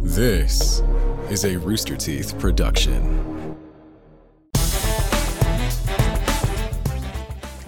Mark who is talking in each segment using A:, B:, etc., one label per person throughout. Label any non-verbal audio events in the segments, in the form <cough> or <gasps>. A: This is a Rooster Teeth production.
B: A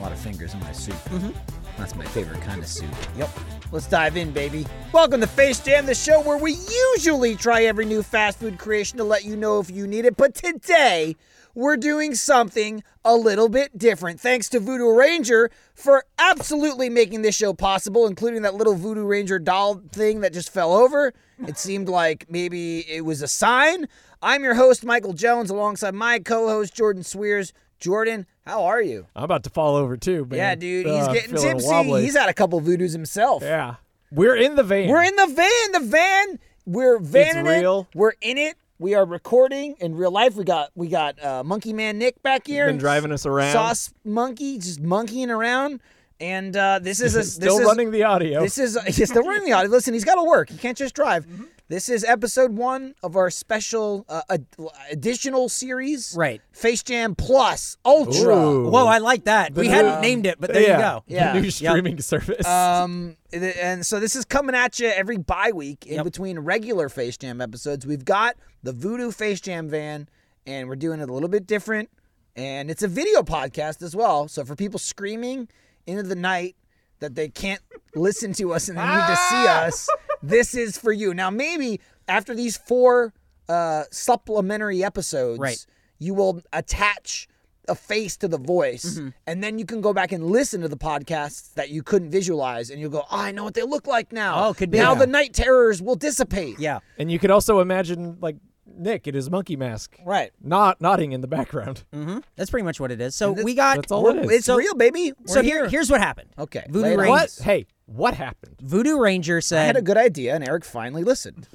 B: lot of fingers in my soup.
C: Mm-hmm.
B: That's my favorite kind of soup.
D: Yep. Let's dive in, baby. Welcome to Face Jam, the show where we usually try every new fast food creation to let you know if you need it. But today, we're doing something a little bit different. Thanks to Voodoo Ranger for absolutely making this show possible, including that little Voodoo Ranger doll thing that just fell over. It seemed like maybe it was a sign. I'm your host, Michael Jones, alongside my co host, Jordan Swears. Jordan, how are you?
C: I'm about to fall over too, man.
D: Yeah, dude, he's
C: Uh,
D: getting
C: feeling
D: tipsy.
C: wobbly.
D: He's had a couple voodoos himself.
C: yeah. We're in the van.
D: We're in the van. The van. We're vanning
C: real.
D: it. We're in it. We are recording in real life. We got we got uh, Monkey Man Nick back here.
C: been
D: and
C: driving us around.
D: Sauce Monkey just monkeying around. And uh, this is a,
C: Still
D: this is-
C: running the audio. Mm-hmm.
D: This is he's still running the audio. Listen, he's got to work. He can't just drive. This is episode one of our special uh, ad- additional series,
E: Right.
D: Face Jam Plus Ultra.
C: Ooh.
E: Whoa, I like that. we
C: new-
E: hadn't named it, but there
C: yeah.
E: you go.
C: The
D: Yeah.
C: new streaming service.
D: Um, and- and so this is coming at you every bye week in between regular Face Jam episodes. We've got the Voodoo Face Jam van, and we're doing it a little bit different. And it's a video podcast as well. So for people screaming into the night that they can't listen to us and they need to see us, this is for you. Now, maybe after these four uh, supplementary episodes,
E: Right.
D: you will attach a face to the voice
E: Mm-hmm.
D: and then you can go back and listen to the podcasts that you couldn't visualize and you'll go oh, i know what they look like now
E: Oh, could be.
D: now
E: Yeah.
D: the night terrors will dissipate
E: Yeah.
C: and you could also imagine like Nick in his monkey mask.
D: right Mm.
C: Not nodding in the background.
E: hmm That's pretty much what it is. So we got.
C: That's all Oh, it is.
D: it's
E: So-
D: real baby
E: So
D: We're
E: here, here's what happened.
D: okay
E: Voodoo
D: lay it on.
E: Ranger.
C: What?
E: Brains.
C: Hey, what happened?
E: Voodoo Ranger
D: i
E: said.
D: had a good idea and eric finally listened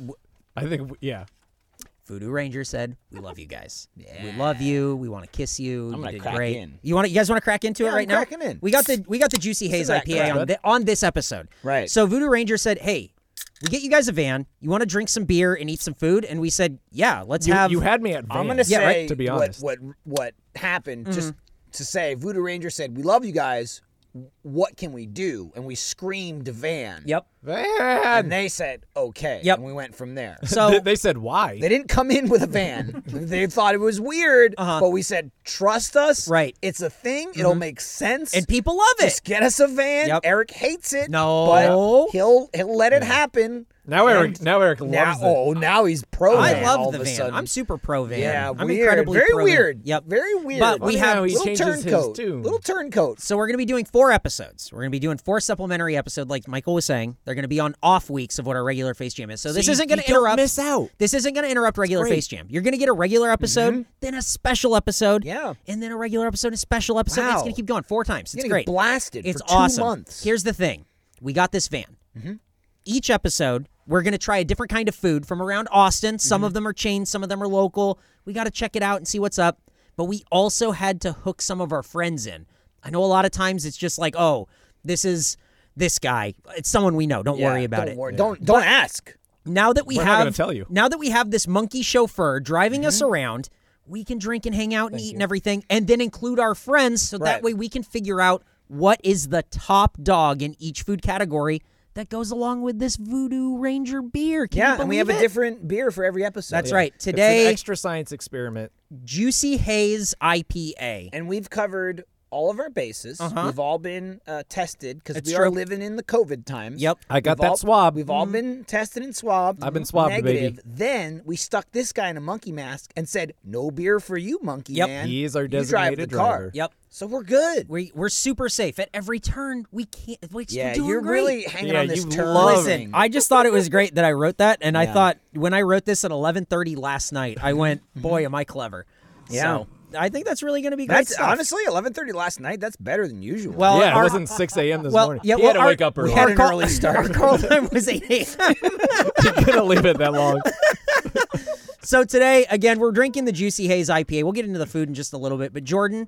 C: I think w- yeah.
E: Voodoo Ranger said, "We love you guys. We love you. We want to kiss you. you
D: gonna
E: did
D: crack
E: great.
D: in.
E: You want to? You guys want to crack into
D: Yeah,
E: it
D: I'm
E: right now?
D: cracking in.
E: We got the we got the juicy haze
D: that
E: IPA
D: crap.
E: on, thi- on this episode.
D: Right.
E: So Voodoo Ranger said, "Hey, we get you guys a van. You want to drink some beer and eat some food?" And we said, "Yeah, let's
C: You,
E: have."
C: you had me at van.
D: i'm gonna
E: Yeah,
D: say
E: right,
C: to be
D: what,
C: honest.
D: what what happened just
E: Mm-hmm.
D: to say voodoo ranger said we love you guys what can we do and we screamed van <laughs>
E: Yep.
C: Van.
D: and they said okay
E: Yep.
D: and we went from there
C: They,
E: So
C: they said why?
D: They didn't come in
E: <laughs>
D: with a van. they thought it was weird, but we said, trust us.
E: Uh-huh. Right. Mm-hmm.
D: It's a thing. It'll make sense.
E: and people love it.
D: Just get us a van.
E: Yep.
D: Eric hates it.
E: No.
D: But he'll, he'll let it happen.
C: now Eric now Eric
D: Now,
C: loves it.
D: oh, now he's pro
E: I
D: van all of
E: love the
D: a
E: van.
D: sudden.
E: I'm super pro van.
D: Yeah,
E: I'm
D: weird.
E: incredibly
D: Very
E: pro van.
D: weird.
E: Yep.
D: Very weird.
E: But we
C: Funny
E: have
C: how he
D: little
C: changes his
D: turncoat.
C: tune.
D: Little turncoat.
E: So we're going to be doing four episodes. We're going to be doing four supplementary episodes, like Michael was saying. They're going to be on off weeks of what our regular Face Jam is. So this
C: you-
E: isn't going
C: you
E: to
C: don't
E: interrupt.
C: miss out.
E: This isn't going to interrupt regular Face Jam. You're going to get a regular episode, then a special episode,
D: Mm-hmm. Yeah.
E: and then a regular episode, and a special episode. and
D: Wow.
E: It's going to keep going four times.
D: You're
E: It's
D: gonna
E: great.
D: Get blasted.
E: It's
D: for two
E: awesome.
D: months. Mm-hmm.
E: Here's the thing: we got this van. Each episode, we're gonna try a different kind of food from around Austin.
D: Mm-hmm.
E: Some of them are chains, some of them are local. We got to check it out and see what's up. But we also had to hook some of our friends in. I know a lot of times it's just like, oh, this is this guy. It's someone we know. Don't
D: Yeah,
E: worry about
D: don't
E: it.
D: Worry. Don't, don't ask.
E: Now that we
C: We're not
E: have,
C: gonna tell you.
E: Now that we have this monkey chauffeur driving us
D: Mm-hmm.
E: around, we can drink and hang out and eat and everything, and then include our friends, so
D: Right.
E: that way we can figure out what is the top dog in each food category that goes along with this Voodoo Ranger beer. Can
D: Yeah,
E: you
D: and we have a
E: believe it?
D: different beer for every episode.
E: That's right.
C: It's an
E: Today,
C: extra science experiment.
E: Juicy Haze IPA.
D: and we've covered all of our bases.
C: Uh-huh.
D: We've all been uh, tested because
E: That's
D: we are
E: true.
D: living in the COVID times.
E: Yep.
C: I got
D: We've
C: that
D: all-
C: swab. Mm-hmm.
D: We've all been tested and swabbed.
C: I've been swabbed, baby.
D: negative. Then we stuck this guy in a monkey mask and said, "No beer for you, monkey
E: Yep.
D: man."
C: He is our
D: you drive the
C: designated
D: car.
C: driver.
E: Yep.
D: So we're good.
E: We we're super safe at every turn. We can't. We're
D: yeah,
E: doing
D: you're
E: great.
D: really hanging
C: Yeah,
D: on this
C: you
D: turn.
C: love
E: Listen, I just thought it was great that I wrote that, and I
D: Yeah.
E: thought when I wrote this at 11:30 last night, I
D: <laughs>
E: went, "Boy, am I clever!"
D: Mm-hmm. Yeah.
E: So, I think that's really going to be great.
D: that's
E: stuff.
D: honestly 11:30 last night. That's better than usual.
E: Well,
C: yeah,
E: our-
D: <laughs>
C: it wasn't 6 a.m. this
E: well,
C: morning.
E: yeah,
C: he
E: well,
C: had to
E: our-
C: wake up
E: we
C: early.
D: had
E: our
D: an
C: <laughs>
E: call-
D: early start.
E: Our call time was eight.
D: <laughs>
E: a.m.
C: couldn't leave it that long.
E: so today, again, we're drinking the Juicy Haze IPA. We'll get into the food in just a little bit, but Jordan,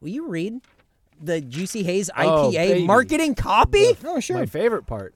E: will you read the Juicy Haze
C: Oh,
E: IPA
C: baby.
E: marketing copy?
D: oh sure.
C: My favorite part.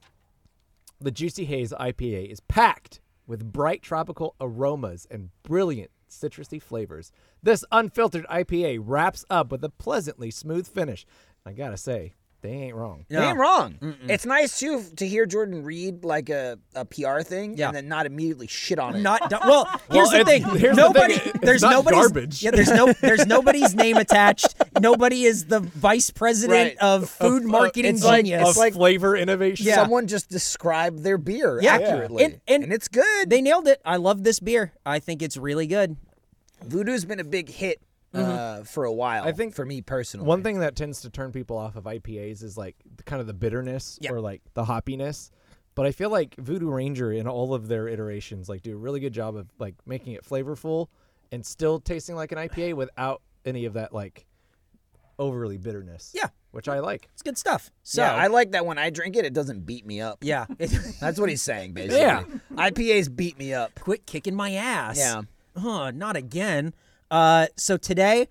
C: The Juicy Haze IPA is packed with bright tropical aromas and brilliant citrusy flavors. This unfiltered IPA wraps up with a pleasantly smooth finish. I gotta say, They ain't wrong.
D: They ain't wrong. It's nice too f- to hear Jordan read like a, a PR thing
E: Yeah.
D: and then not immediately shit on it.
E: Not done.
C: <laughs>
E: well. Here's the
C: it-
E: thing.
C: here's the
E: Nobody.
C: thing, it's
E: There's
C: not
E: nobody's.
C: garbage.
E: Yeah. There's no.
C: <laughs>
E: There's nobody's name attached. Nobody is the vice president
D: Right. uh,
E: of food marketing
D: it's like-
E: genius.
C: Of
D: like-
C: flavor innovation.
E: Yeah.
D: Someone just described their beer
E: Yeah.
D: accurately,
E: And- and-
D: it's good.
E: they nailed it. I love this beer. I think it's really good.
D: Voodoo's been a big hit uh, for a while. I
C: Mm-hmm. think
D: for me personally,
C: One thing that tends to turn people off of IPAs is like the, kind of the bitterness or like the hoppiness. But I feel like Voodoo Ranger in all of their iterations like do a really good job of like making it flavorful and still tasting like an IPA without any of that like overly bitterness.
E: Yeah.
C: Which I like.
E: It's good stuff. So
D: yeah, I like that when I drink it, it doesn't beat me up.
E: yeah.
D: That's what he's saying basically.
C: Yeah.
D: IPAs beat me up.
E: <laughs> quit kicking my ass.
D: Yeah.
E: Huh, not again. Uh, so today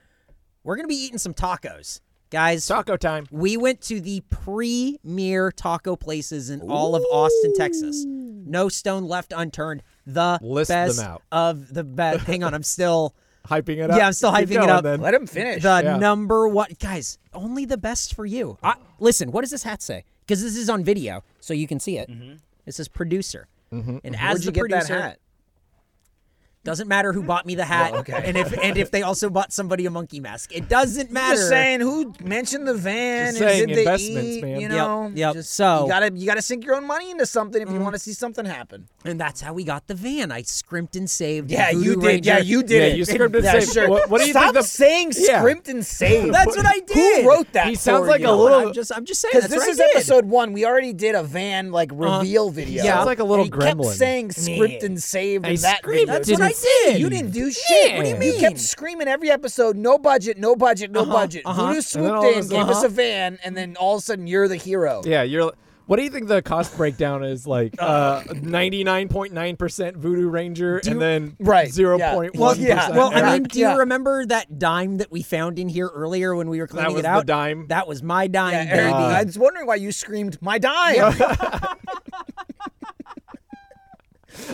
E: we're gonna be eating some tacos, guys.
C: Taco time.
E: we went to the premier taco places in all of Austin, Texas. No stone left unturned. The
C: List them
E: best
C: out.
E: of the best. Hang on, I'm still
C: Hyping it up.
E: Yeah, I'm still
C: Keep
E: hyping it
C: going
E: up.
C: Then.
D: Let him <laughs> finish.
E: the
C: Yeah.
E: number one. Guys, only the best for you. I, listen, what does this hat say? Because this is on video, so you can see it. It says producer.
C: Mm-hmm.
E: And as
D: Mm-hmm. Where'd you
E: the
D: get
E: producer,
D: that hat? Oh,
E: doesn't matter who bought
D: <laughs>
E: me the hat, and if and if they also bought somebody a monkey mask, it doesn't matter.
D: Just saying, who mentioned the van
C: Just
D: and
C: saying,
D: did they
C: investments,
D: eat?
C: man.
D: You
C: Yep, Mm-hmm.
D: know,
E: yep.
D: Just,
E: So-
D: you gotta you gotta sink your own money into something if you want to see something happen.
E: And that's how we got the van. I scrimped and saved.
D: Yeah,
E: Voodoo
D: you did.
E: Ranger.
D: Yeah, you did.
C: Yeah,
D: it.
C: you scripted and saved. What- what do you
D: Stop
C: think the-
D: saying
C: Yeah.
D: script and save.
E: That's what I did.
D: Who wrote that?
C: He sounds
D: for
C: like
D: you?
C: a little-
E: I'm just, I'm just saying.
D: Because
E: That's
D: this
E: what I
D: is
E: did. Uh-huh.
D: episode one. We already did a van like reveal video.
E: yeah.
C: Sounds like a little
D: and he
C: gremlin.
D: kept saying script and save in that
C: screamed,
D: video.
E: That's what I
C: Didn't-
E: did.
D: You didn't do shit.
E: What do you
D: You kept
E: mean?
D: screaming every episode, no budget, no budget, no budget.
E: uh-huh.
D: Voodoo
C: And then all
D: swooped
C: of
D: in,
C: a
D: gave
C: sudden-
D: us a van, and then all of a sudden you're the hero.
C: Yeah, you're. What do you think the cost breakdown is like?
E: <laughs>
C: Uh, ninety-nine point nine percent Voodoo Ranger, and then
D: Right,
C: zero
D: yeah.
C: point
D: Well,
C: one
D: yeah,
C: percent.
E: Well, I
D: Eric.
E: mean, do you
D: Yeah.
E: remember that dime that we found in here earlier when we were cleaning
C: was
E: it
C: the
E: out?
C: dime.
E: That was my dime,
D: Yeah,
E: baby.
D: Eric, I was wondering why you screamed, my dime.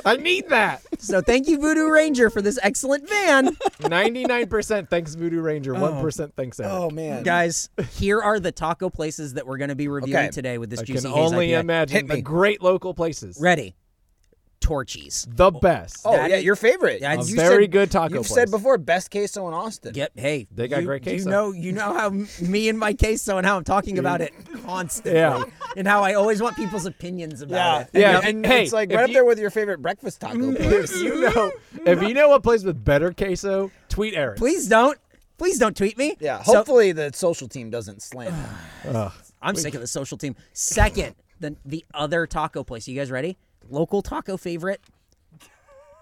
C: I need that.
E: so thank you, Voodoo Ranger, for this
D: <laughs>
E: excellent van.
C: Ninety-nine percent thanks Voodoo Ranger, one percent thanks Eric.
D: oh, man.
E: Guys, here are the taco places that we're going to be reviewing
D: Okay.
E: today with this
C: I
E: juicy
C: can
E: Haze
C: only
E: IPA.
C: imagine
D: Hit
C: the
D: me.
C: great local places.
E: Ready? Torchies.
C: The best.
D: Oh, yeah, your favorite.
E: Yeah,
D: You
E: a
C: very good taco
D: You've
C: place.
D: said before, best queso in Austin.
E: Yep. Hey,
C: They got
E: you,
C: great
E: You
C: queso.
E: know, you know how m- me and my queso and how I'm talking
C: <laughs>
E: about it constantly,
C: Yeah.
E: and how I always want people's opinions about it.
D: And-
C: Yeah,
D: and,
C: hey,
D: it's like
C: if
D: right up
C: you-
D: there with your favorite breakfast taco
E: <laughs>
D: place.
C: If <laughs> you know, if you know a place with better queso, tweet Eric.
E: Please don't, please don't tweet me.
D: Yeah,
E: So-
D: hopefully the social team doesn't slam. it.
E: I'm sick of the social team. Second, the the other taco place. You guys ready? Local taco favorite,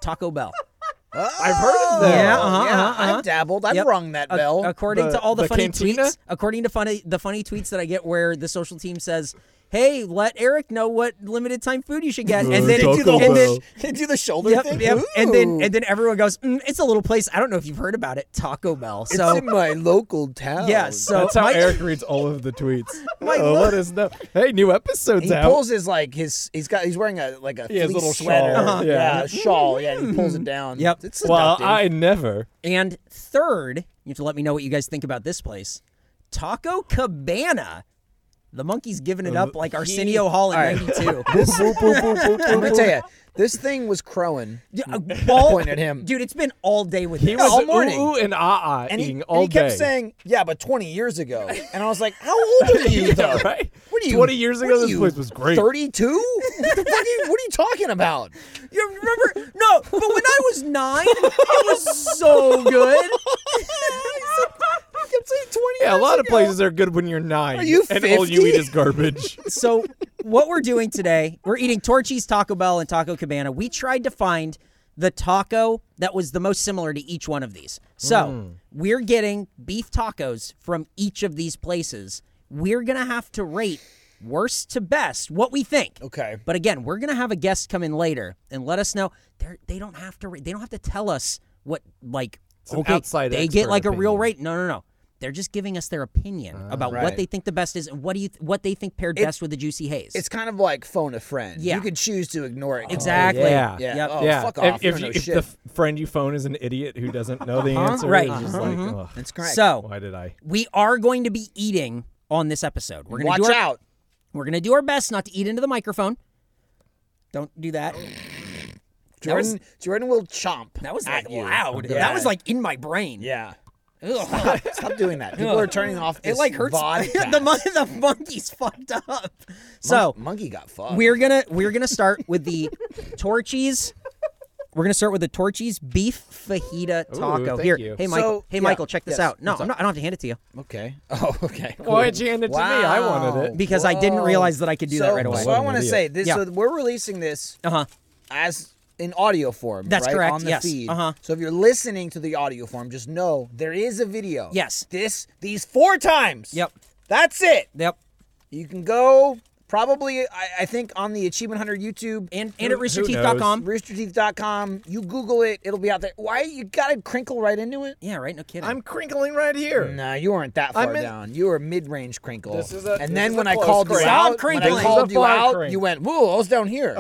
E: Taco Bell.
C: <laughs> I've heard of them.
E: Yeah, uh-huh,
D: yeah,
E: uh-huh, uh-huh.
D: I've dabbled. I've
E: Yep.
D: rung that
E: Ac-
D: bell. <laughs>
E: according
C: The-
E: to all the,
C: the
E: funny
C: cantina?
E: tweets, according to funny the funny tweets that I get, where the social team says, "Hey, let Eric know what limited time food you should get," and then
C: Mm, Taco
E: and then-
C: Bell.
D: they do the shoulder
E: Yep,
D: thing.
E: yep. And then
D: Ooh.
E: and then everyone goes, mm, it's a little place. I don't know if you've heard about it, Taco Bell. So
D: it's in my local town.
E: yeah, so
D: uh,
C: That's how
E: my-
C: Eric reads all of
D: <laughs>
C: the tweets.
E: My
C: oh,
E: lo-
C: let us know. Hey, new episodes
D: he
C: out.
D: pulls his like his he's got he's wearing a like a
C: He has
D: fleece
C: little shawl.
D: sweater,
C: Uh-huh.
D: yeah,
C: Yeah.
D: a shawl, yeah. And he pulls it down.
E: Mm-hmm. Yep.
D: it's
C: well,
D: seductive. <laughs>
C: I never.
E: and third, you have to let me know what you guys think about this place, Taco Cabana. The monkey's giving
C: Uh,
E: it up like Arsenio Hall in
D: <laughs>
E: '92.
D: I'm gonna tell you, this thing was crowing. Point at him.
E: uh, dude. It's been all day with
C: He
E: this.
C: was
D: all morning.
C: ooh, ooh and ah ah
D: And he,
C: eating
D: and
C: all
D: he kept
C: day. <laughs>
D: saying, "Yeah, but 20 years ago," and I was like, "How old
E: <laughs>
D: are you, though?
C: right?
D: What are you?
C: 20 years
D: what
C: ago,
D: are
C: this
D: you,
C: place was great.
D: 32? what, the fuck are you, what are you talking about?
E: You remember? No, but when I was nine, it was so good.
D: I kept saying 20
C: Yeah, a
D: years
C: lot of
D: ago.
C: places are good when you're nine.
D: Are you
C: And all you
D: 50?
C: eat
D: <laughs>
C: is garbage.
E: So, what we're doing today, we're eating Torchy's, Taco Bell, and Taco Cabana. We tried to find the taco that was the most similar to each one of these. So,
C: Hmm.
E: we're getting beef tacos from each of these places. We're going to have to rate worst to best what we think.
D: Okay.
E: But again, we're going to have a guest come in later and let us know. They're, they don't have to rate, they don't have to tell us what, like,
C: an
E: okay,
C: outside
E: they get
C: expert
E: like a real
C: opinion.
E: rate. No, no, no. They're just giving us their opinion about what
D: Uh, Right.
E: they think the best is and what do you what they think paired best with the juicy haze.
D: It's kind of like phone a friend.
E: Yeah.
D: You could choose to ignore it. completely.
E: Exactly.
C: yeah.
D: Yeah.
E: Yep.
D: Oh,
C: yeah.
D: fuck
C: if-
D: off.
C: If,
D: You're
C: you-
D: no
C: if
D: shit. Uh-huh.
C: the f- friend you phone is an idiot who doesn't know the answer,
E: Right.
C: it's just like, ugh,
D: That's correct.
E: So
C: why did I?
E: we are going to be eating on this episode. We're gonna
D: Watch
E: do our,
D: out.
E: We're gonna do our best not to eat into the microphone. Don't do that.
D: Jordan Jordan will chomp.
E: That was
D: at
E: like
D: you.
E: loud.
D: Yeah.
E: That was like in my brain.
D: Yeah.
E: Ugh.
D: Stop doing that. People are turning off this
E: it like hurts. <laughs>
D: vodcast.
E: the mon- the monkey's fucked up. So
D: Monkey got fucked.
E: we're gonna we're gonna start with the Torchies. We're gonna start with the Torchies beef fajita taco.
C: thank
E: Here,
C: you.
E: hey Michael,
D: So,
E: hey
D: yeah,
E: Michael, check this
D: yes,
E: out. No, I'm not, I don't have to hand it to you
D: Okay. <laughs> Oh, okay. cool.
C: Why'd you hand it to me? I wanted it.
E: because I didn't
D: Whoa.
E: realize that I could do
D: so,
E: that right away.
D: So I
C: What an
D: want to
C: idiot.
D: say this.
E: Yeah.
D: So we're releasing this
E: uh huh.
D: as in audio form.
E: That's
D: right,
E: correct,
D: On the
E: yes,
D: feed.
E: uh-huh.
D: So if you're listening to the audio form, just know there is a video.
E: Yes.
D: This these four times.
E: Yep.
D: That's it.
E: Yep.
D: You can go probably. I, I think on the Achievement Hunter YouTube
E: And and at
C: who
E: roosterteeth.com.
D: roosterteeth.com. You Google it. It'll be out there. Why you gotta crinkle right into it?
E: Yeah, right. No kidding.
C: I'm crinkling right here.
D: Nah, you weren't that far
C: I'm in-
D: down. You were mid-range crinkle.
C: This is a-
D: and
C: this
D: then
C: is a
D: when I
C: close
D: called you
C: crink.
D: out,
E: Stop
D: when
E: crinkling.
D: I
E: This
C: is
D: called
C: a Oh,
D: you
C: far
D: out,
C: crink.
D: you went, "Whoa, I was down here."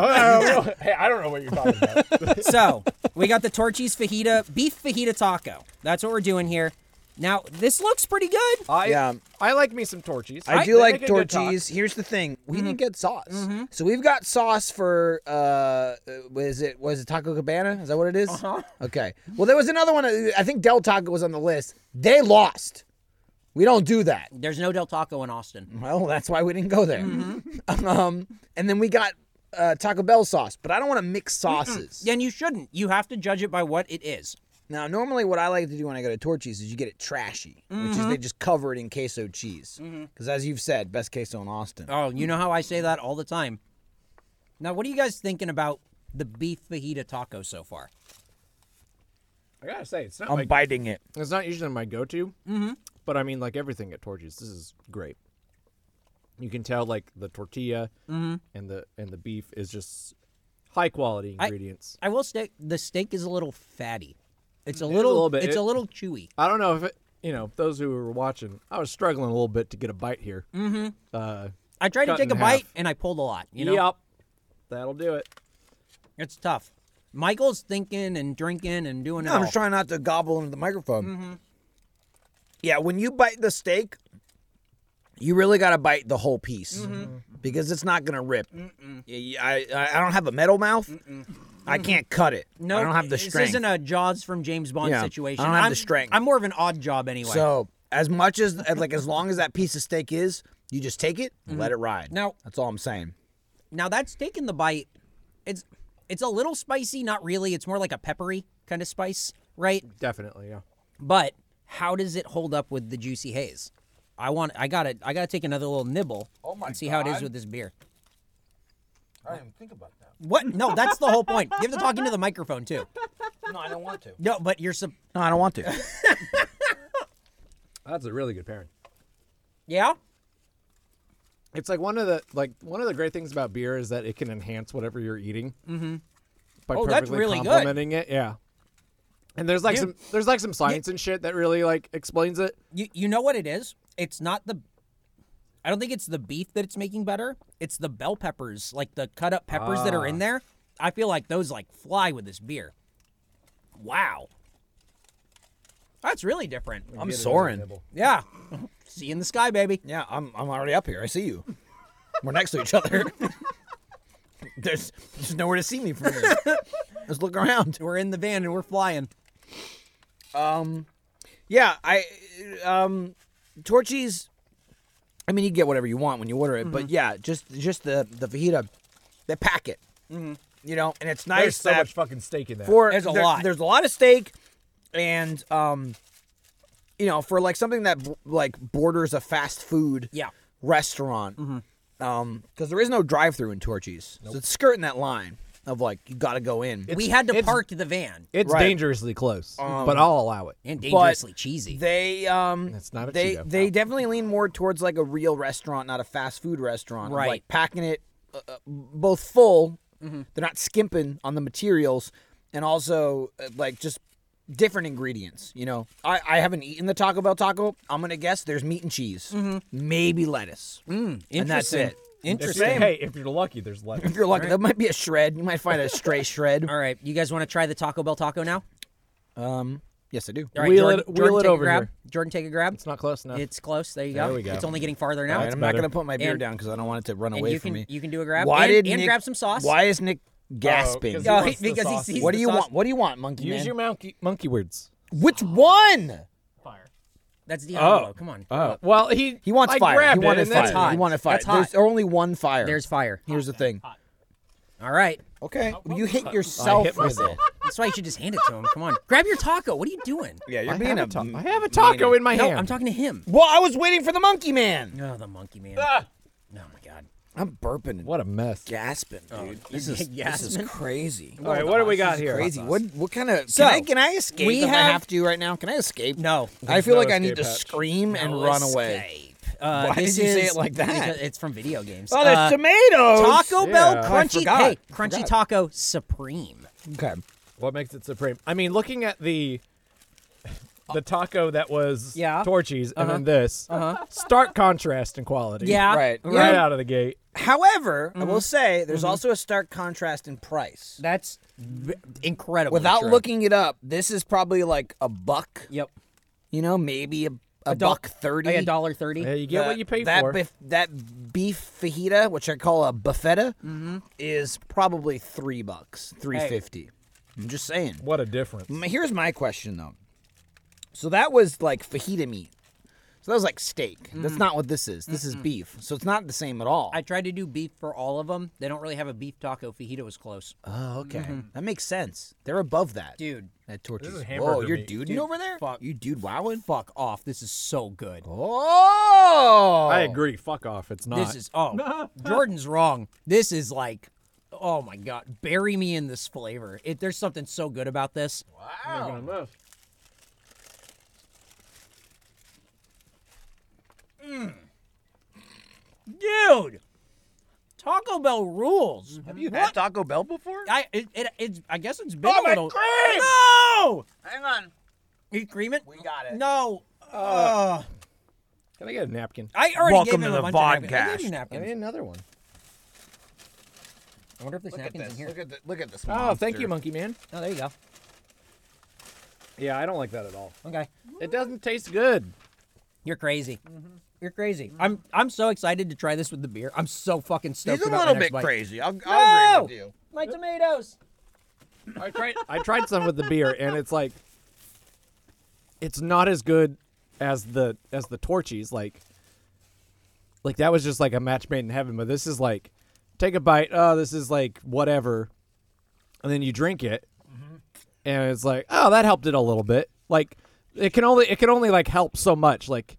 C: hey, I don't know what you're talking about.
E: <laughs> so we got the Torchies fajita beef fajita taco. That's what we're doing here. Now this looks pretty good.
C: I,
D: Yeah.
C: I like me some torchies.
D: I do
C: They
D: like
C: make a good Mm-hmm. taco.
D: tortillas. Here's the thing: we didn't get sauce, so we've got sauce for uh, was it was it Taco Cabana? Is that what it is? Uh-huh. Okay. Well, there was another one. uh, I think Del Taco was on the list. They lost. We don't do that.
E: There's no Del Taco in Austin.
C: Mm-hmm.
D: Well, that's why we didn't go there. <laughs>
E: Mm-hmm.
D: um, and then we got uh, Taco Bell sauce, but I don't want to mix sauces.
E: And you shouldn't. You have to judge it by what it is.
D: Now, normally, what I like to do when I go to Torchy's is you get it trashy, which
E: Mm-hmm.
D: is they just cover it in queso cheese. Because as you've said, best queso in Austin.
E: Oh, you know how I say that all the time. Now, what are you guys thinking about the beef fajita taco so far?
C: I gotta say, it's not
D: I'm
C: like
D: biting it.
C: it's not usually my go-to. Mm-hmm. But I mean, like everything at Torchies, this is great. You can tell like the tortilla and the and the beef is just high quality ingredients.
E: I will say the steak is a little fatty. It's a
C: a
E: little,
C: little bit.
E: it's
C: It-
E: a little chewy.
C: I, don't know if it, you know those who were watching. I was struggling a little bit to get a bite here. Mm-hmm. Uh,
E: I tried to
C: Cut
E: take a
C: in
E: bite
C: half.
E: and I pulled a lot. You know,
C: Yup, that'll do it.
E: it's tough. Michael's thinking and drinking and doing it
D: I'm
E: all.
D: just trying not to gobble into the microphone.
E: Mm-hmm.
D: Yeah, when you bite the steak, you really gotta bite the whole piece
E: Mm-hmm.
D: because it's not gonna rip. Y- I, I I don't have a metal mouth. I can't cut it.
E: no,
D: I don't have the
E: this
D: strength.
E: isn't a Jaws from James Bond
D: Yeah, I
E: situation.
D: don't have the
E: I'm,
D: strength.
E: I'm more of an odd job anyway.
D: so as much as as, like as long as that piece of steak is, you just take it, and let it ride.
E: Now-
D: that's all I'm saying.
E: Now that's taking the bite. It's it's a little spicy, not really. It's more like a peppery kind of spice, right?
C: Definitely, yeah.
E: But how does it hold up with the juicy haze? I want. I got to I got to take another little nibble and see how it is with this beer.
D: Oh I didn't think about that.
E: What? No, that's the whole point. You have to talk into the microphone too.
D: No, I don't want to.
E: No, but you're some.
D: No, I don't want to.
C: That's a really good pairing.
E: Yeah.
C: It's like one of the like one of the great things about beer is that it can enhance whatever you're eating. Mm-hmm. By
E: Oh,
C: perfectly
E: that's really good.
C: complementing it, yeah. And there's like
E: You-
C: some there's like some science and shit that really like explains it.
E: You you know what it is? It's not the. I don't think it's the beef that it's making better. It's the bell peppers, like the cut up peppers that
C: Ah.
E: are in there. I feel like those like fly with this beer. Wow. That's really different.
D: I'm soaring.
E: Yeah. <laughs> See you in the sky, baby.
D: <laughs> Yeah, I'm I'm already up here. I see you. We're next to each other. <laughs> there's there's nowhere to see me from <laughs> here. Let's look around.
E: We're in the van and we're flying.
D: Yeah, I um Torchies I mean you get whatever you want when you order it, but yeah, just just the the fajita, the packet. You know, and it's nice
C: There's so
D: that
C: much fucking steak in that.
D: for
E: There's a
D: there-
E: lot.
D: There's a lot of steak, and um, you know, for like something that b- like borders a fast food
E: Yeah. Mm-hmm.
D: restaurant, um, because there is no drive through in Torchy's, so it's skirting that line of like you got to go in.
E: we had to
C: it's-
E: park the van
C: it's
D: Right.
C: dangerously close, but I'll allow it.
E: and dangerously cheesy.
D: They um,
C: It's not a
D: they
C: Cheeto.
D: they definitely lean more towards like a real restaurant, not a fast food restaurant. of,
E: Right. Mm-hmm.
D: like packing it uh, uh, both full. They're not skimping on the materials, and also uh, like just different ingredients. You know, I I haven't eaten the Taco Bell taco. I'm gonna guess there's meat and cheese,
E: Mm-hmm.
D: maybe lettuce,
E: Mm.
D: and that's
E: Interesting.
D: it.
E: Interesting.
C: Hey, if you're lucky, there's less.
D: <laughs> If you're lucky, there might be
E: <laughs>
D: a shred. You might find a stray shred.
E: All right, you guys want to try the Taco Bell taco now?
D: Um,
B: Yes, I do.
E: All right,
C: Wheel
E: Jordan,
C: it- wheel
E: Jordan,
C: it
E: take
C: over
E: a grab.
C: here.
E: Jordan, take a grab.
C: It's not close enough.
E: It's close. There you go.
C: There we go.
E: It's only getting farther now.
C: All right,
B: I'm not
C: better.
B: going to put my beer
E: And-
B: down because I don't want it to run
E: and
B: away
E: you
B: from
E: can
B: me.
E: you can do a grab.
D: Why
E: and,
D: did
E: and
D: Nick-
E: grab some sauce.
D: Why is Nick gasping?
C: 'cause
E: Oh, <laughs>
C: wants the
E: because he
C: sauce.
E: sees
D: what
E: the
D: do you
E: sauce.
D: want? What do you want, monkey
C: Use
D: man?
C: your monkey monkey words.
D: Which one?
E: That's Diablo. Come on.
C: Oh well, he
D: He wants
C: I
D: fire. He
C: Grabbed it
D: wanted
C: and then-
D: fire.
E: hot.
D: He wanted fire.
E: That's hot.
D: There's only one fire.
E: There's fire.
D: here's the thing.
E: All right.
D: Okay, you hit yourself
C: hit
D: with
C: myself.
D: it.
E: That's why you should just hand it to him. Come on. Grab your taco. What are you doing?
B: yeah, you're
C: I
B: being
C: have,
B: a.
C: a ta- I have a taco in my
E: No,
C: hand.
E: I'm talking to him.
D: Well, I was waiting for the monkey man.
E: Oh, the monkey man.
D: Ah.
E: Oh my god.
D: I'm burping and
C: What a mess.
D: gasping, dude. this is this
E: gasping?
D: is crazy.
C: All right, what do we got here?
D: Crazy. What what kind of?
E: So,
D: can I can I escape?
E: we
D: if I
E: have-
D: have to right now. Can I escape?
E: No.
D: I feel
C: No
D: like I need
C: escape
D: to
C: hatch.
D: scream and
E: No
D: run away.
E: escape. Uh,
D: Why
E: this
D: did you say
E: is-
D: it like that?
E: because It's from video games.
D: Oh, there's
E: Uh,
D: tomatoes.
E: Taco Bell
C: Yeah. I
E: Crunchy.
D: forgot.
E: Hey,
D: Oh, I
E: Crunchy
D: forgot.
E: Taco Supreme.
D: Okay.
C: What makes it supreme? I mean, looking at the <laughs> the taco that was
E: Yeah.
C: Torchy's and then this, stark contrast in quality.
E: Yeah.
D: Right.
C: Right
E: Right.
C: out of the gate.
D: However, I will say there's also a stark contrast in price.
E: That's v- incredible.
D: Without
E: True.
D: looking it up, this is probably like a buck.
E: Yep.
D: You know, maybe a, a
E: doll-
D: buck thirty.
E: Like a dollar thirty.
C: Yeah, you get
D: That-
C: what you pay
D: that
C: for.
D: Beef, that beef fajita, which I call a buffetta,
E: Mm-hmm.
D: is probably three bucks, three fifty. I'm just saying.
C: what a difference.
D: M- Here's my question though. So that was like fajita meat. So that was like steak. That's not what this is. This is beef. So it's not the same at all.
E: Mm-hmm. I tried to do beef for all of them. They don't really have a beef taco. Fajita was close.
D: oh, okay. That makes sense. They're above that.
E: Mm-hmm. Dude,
D: That torches.
C: is
D: Whoa,
C: hamburger
D: you're
C: meat.
D: duding over there?
E: fuck.
D: Uh, You dude wowing?
E: fuck off. This is so good.
D: Oh!
C: I agree. Fuck off. It's not.
E: This is
D: <laughs>
E: oh, Jordan's wrong. This is like, oh my god, bury me in this flavor. It, there's something so good about this. Mm. Dude, Taco Bell rules.
D: Have you had Taco Bell before?
E: I it, it it's I guess it's been
D: Oh,
E: a
D: my
E: little.
D: cream!
E: No,
D: Hang on.
E: Are you creaming?
D: We got it.
E: No. Ugh.
C: Can I get a napkin?
E: I already
D: Welcome
E: gave
D: to
E: him
D: the
E: a bunch of napkins. I
D: vodcast.
E: gave you
C: I
E: napkins.
C: need another one.
E: I wonder if there's
D: Look at
E: napkins in
D: this.
E: here.
D: Look at, the, look at this.
C: Oh, thank you,
D: monster.
C: Monkey Man.
E: Oh, there you go.
C: Yeah, I don't like that at all.
E: Okay.
C: It doesn't taste good.
E: You're crazy.
D: Mm-hmm.
E: You're crazy. I'm I'm so excited to try this with the beer. I'm so fucking stoked.
D: He's a
E: about
D: little
E: the next
D: bit
E: bite.
D: crazy. I'll, I'll
E: No!
D: agree with you.
E: My tomatoes.
C: I tried. I tried some with the beer, and it's like, it's not as good as the as the Torchies. Like, like that was just like a match made in heaven. But this is like, take a bite. Oh, this is like whatever, and then you drink it, and it's like, oh, that helped it a little bit. Like, it can only it can only like help so much. Like,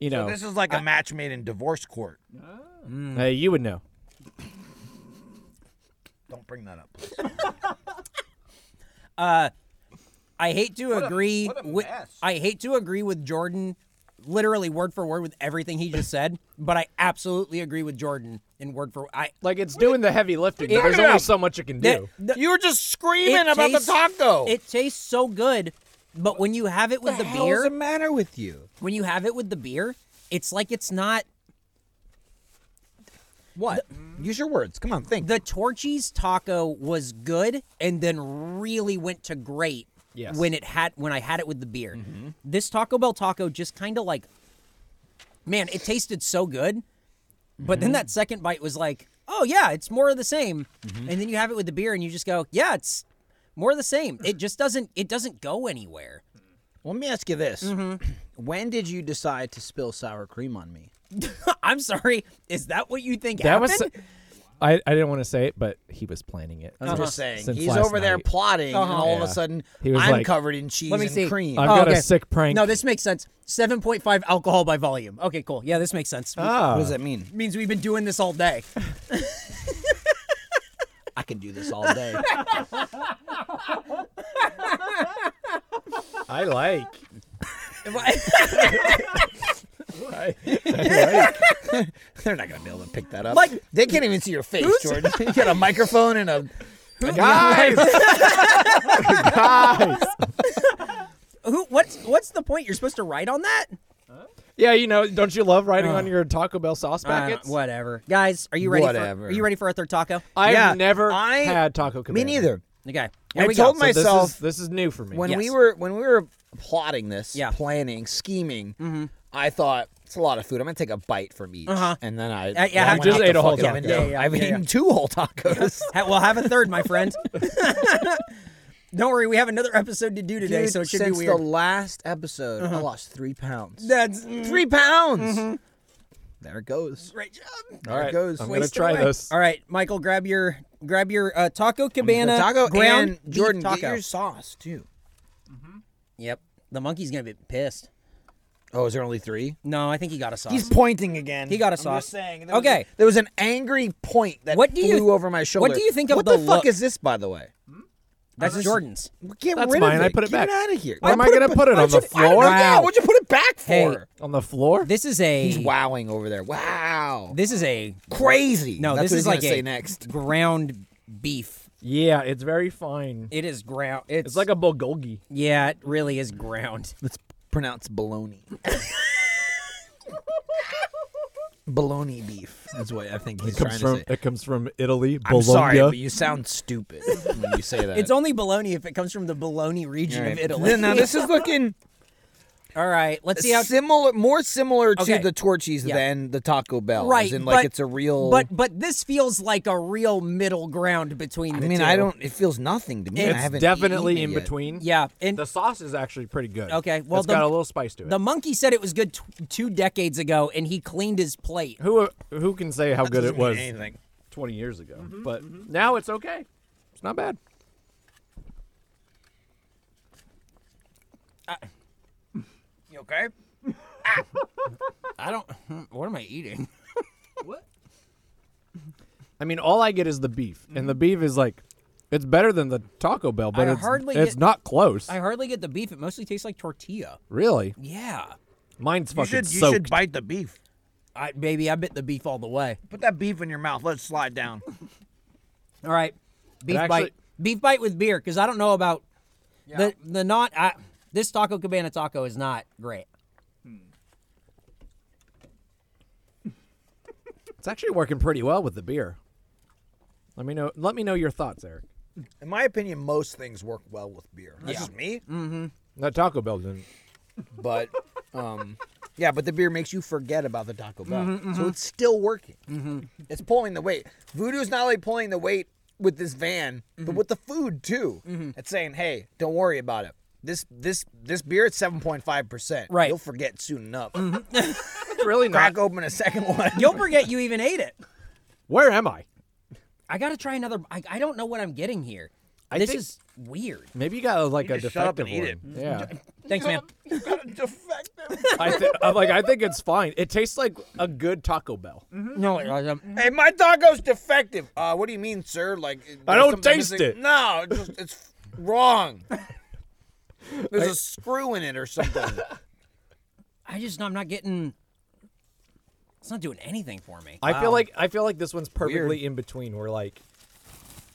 C: you know,
D: This is like a match made in divorce court.
C: hey, you would know.
D: Don't bring that up.
E: I hate to agree
D: what a
E: with
D: mess.
E: I hate to agree with Jordan literally word for word with everything he just said, but I absolutely agree with Jordan in word for I
C: Like, it's doing the heavy lifting. But
E: It-
C: there's only so much it can
E: that-
C: do.
E: the-
D: You were just
E: it
D: screaming about
E: tastes-
D: the taco.
E: It tastes so good, but when you have it with the,
D: hell's
E: beer,
D: the matter with you?
E: when you have it with the beer, it's like it's not
D: What? Hmm? Use your words. Come on, think.
E: the Torchy's taco was good and then really went to great
C: Yes. Mm-hmm.
E: when it had when I had it with the beer. This Taco Bell taco just kind of like man, it tasted so good. But
C: Mm-hmm.
E: then that second bite was like, "Oh yeah, it's more of the same."
C: Mm-hmm.
E: And then you have it with the beer and you just go, "Yeah, it's more of the same." It just doesn't it doesn't go anywhere.
D: Let me ask you this: <clears throat> When did you decide to spill sour cream on me?
E: I'm sorry. Is that what you think
C: That
E: happened?
C: was. I, I didn't want to say it, but he was planning it.
D: I'm just saying.
C: Since
D: He's
C: last
D: over there
C: night.
D: plotting, and all of
C: Yeah.
D: a sudden,
C: He was
D: I'm
C: like,
D: covered in cheese
E: Let me
D: and
E: see.
D: cream.
C: I've
E: Oh,
C: got
E: okay.
C: a sick prank.
E: No, this makes sense. 7.5 alcohol by volume. Okay, cool. Yeah, this makes sense.
C: Ah. Uh,
D: what
C: Uh-huh.
D: does that mean?
E: means we've been doing this all day. <laughs>
D: I can do this all <laughs> day.
C: I <laughs> like.
D: They're not gonna be able to pick that up.
E: Like-
D: they can't even see your face, Jordan. you got <laughs> a microphone and a guys.
E: Who? What's what's the point? You're supposed to write on that?
C: <laughs>
D: Uh,
C: Yeah, you know, don't you love writing on your Taco Bell sauce
D: Uh,
C: packets?
E: whatever, guys. Are you ready? For,
D: Whatever.
E: are you ready for our third taco?
C: I've
D: Yeah,
C: never
D: I-
C: had Taco Cabana.
D: Me neither.
E: Okay. Here
D: I
E: we
D: told
E: go.
C: So this
D: myself
C: is, this is new for me.
D: when we
E: Yes.
D: were when we were plotting this,
E: Yeah. Mm-hmm.
D: planning, scheming, I thought it's a lot of food. I'm gonna take a bite from each,
E: Uh-huh.
D: and then I
E: yeah,
D: I
E: I
D: went
E: just
D: out
C: ate
D: the
C: a whole
D: fucking
C: taco.
D: window.
E: Yeah, yeah,
D: I've
E: yeah,
D: eaten
E: yeah.
D: two whole
E: <laughs>
D: tacos.
E: Ha- well, have a third, my friend. <laughs> Don't worry, we have another episode to do today,
D: Dude,
E: so it should
D: since
E: be weird. Uh-huh.
D: the last episode, I lost three pounds.
E: That's
D: three pounds.
E: Mm-hmm.
D: There it goes.
E: great job.
C: All right,
D: goes.
C: I'm gonna
D: Wasted
C: try
D: away.
C: this.
E: All right, Michael, grab your grab your uh, taco cabana
D: taco
E: ground
D: and
E: beef
D: Jordan,
E: taco.
D: get your sauce too.
E: Yep, the monkey's gonna be pissed.
D: Oh, is there only three?
E: No, I think he got a sauce.
D: He's pointing again.
E: He got
D: I'm
E: a sauce.
D: just saying. There
E: Okay.
D: was a- there was an angry point that
E: What do you-
D: flew over my shoulder.
E: do you think of
D: What
E: the
D: the, fuck
E: look-
D: is this, by the way?
E: That's Jordan's.
D: Get
C: That's
D: rid
C: mine.
D: of it.
C: I put it
D: Get
C: back.
D: out of here.
C: Why am I gonna put it on the floor?
D: Wow. Yeah,
E: Wow.
D: what'd you put it back for?
E: Hey.
C: On the floor?
E: This is a
D: He's wowing over there. Wow.
E: this is a
D: Crazy.
E: no.
D: That's
E: this
D: what
E: is
D: he's
E: like
D: gonna
E: a
D: say next.
E: ground beef.
C: yeah, it's very fine.
E: It is ground. It's,
C: It's like a bulgogi.
E: yeah. It really
D: <laughs>
E: is ground.
D: Let's pronounce baloney. <laughs> baloney beef. That's what I think he's
C: It
D: trying
C: comes from
D: to say.
C: it comes from Italy,
D: I'm sorry, but
C: Bologna.
D: you sound stupid when you say that.
E: It's only bologna if it comes from the bologna region
D: All right.
E: of Italy.
D: Now this is
C: <laughs>
D: looking
E: <laughs> All right, let's see how.
D: similar, more similar to
E: Okay.
D: the Torchies
E: Yeah.
D: than the Taco Bell.
E: Right,
D: as in like
E: but-
D: it's a real.
E: But but this feels like a real middle ground between
D: I
E: the
D: mean,
E: two.
D: I don't. It feels nothing to me. I
E: It's
D: haven't
C: It's definitely
D: eaten
C: in
D: it yet.
C: between.
E: Yeah, and
C: The sauce is actually pretty good.
E: Okay, well,
C: it's
E: the-
C: got a little spice to it.
E: The monkey said it was good t- two decades ago, and he cleaned his plate.
C: who uh, who can say how good
D: Doesn't
C: it
D: mean
C: was
D: Anything.
C: 20 years ago?
F: Mm-hmm,
C: But now it's okay. It's not bad.
E: You okay? I don't. What am I eating?
C: I mean, all I get is the beef, and
F: Mm-hmm.
C: the beef is like, it's better than the Taco Bell, but
E: I
C: it's,
E: hardly
C: it's
E: get-
C: not close.
E: I hardly get the beef. It mostly tastes like tortilla.
C: really,
E: Yeah,
C: mine's
F: You
C: fucking
F: should you
C: soaked.
F: should bite the beef.
E: I, baby, I bit the beef all the way.
F: Put that beef in your mouth. Let it slide down.
E: All right, beef
C: actually-
E: bite, beef bite with beer, because I don't know about the the not. I, this taco cabana taco is not great.
C: It's actually working pretty well with the beer. Let me know. Let me know your thoughts, Eric.
F: In my opinion, most things work well with beer. That's just me.
D: Mm.
C: That Taco Bell didn't.
D: But, um, <laughs> yeah, but the beer makes you forget about the Taco Bell,
F: Mm-hmm,
D: so it's still working. It's pulling the weight. Voodoo's not only pulling the weight with this van,
F: Mm-hmm.
D: but with the food too. It's saying, "Hey, don't worry about it. This this this beer it's seven point five percent.
E: Right.
D: you'll forget soon enough.
F: Mm-hmm.
C: It's really not.
D: Crack open
F: <laughs>
D: a second one. <laughs>
E: You'll forget you even ate it.
C: Where am I?
E: I gotta try another. I, I don't know what I'm getting here.
C: I
E: this
C: think-
E: is weird.
C: Maybe you got like a
F: just shut up
C: defective
F: and eat it. Mm-hmm.
C: one. Yeah.
D: <laughs>
E: Thanks, man.
C: I th- I'm like I think it's fine. It tastes like a good Taco Bell.
E: No, it doesn't.
D: Hey, my taco's defective. Uh, what do you mean, sir? Like
C: I
D: there's
C: don't
D: something
C: taste
D: missing?
C: it.
D: No, it's just it's wrong.
C: <laughs>
D: There's a screw in it or something.
E: I just I'm not getting. It's not doing anything for me.
C: I feel like I feel like this one's perfectly in between. Where like,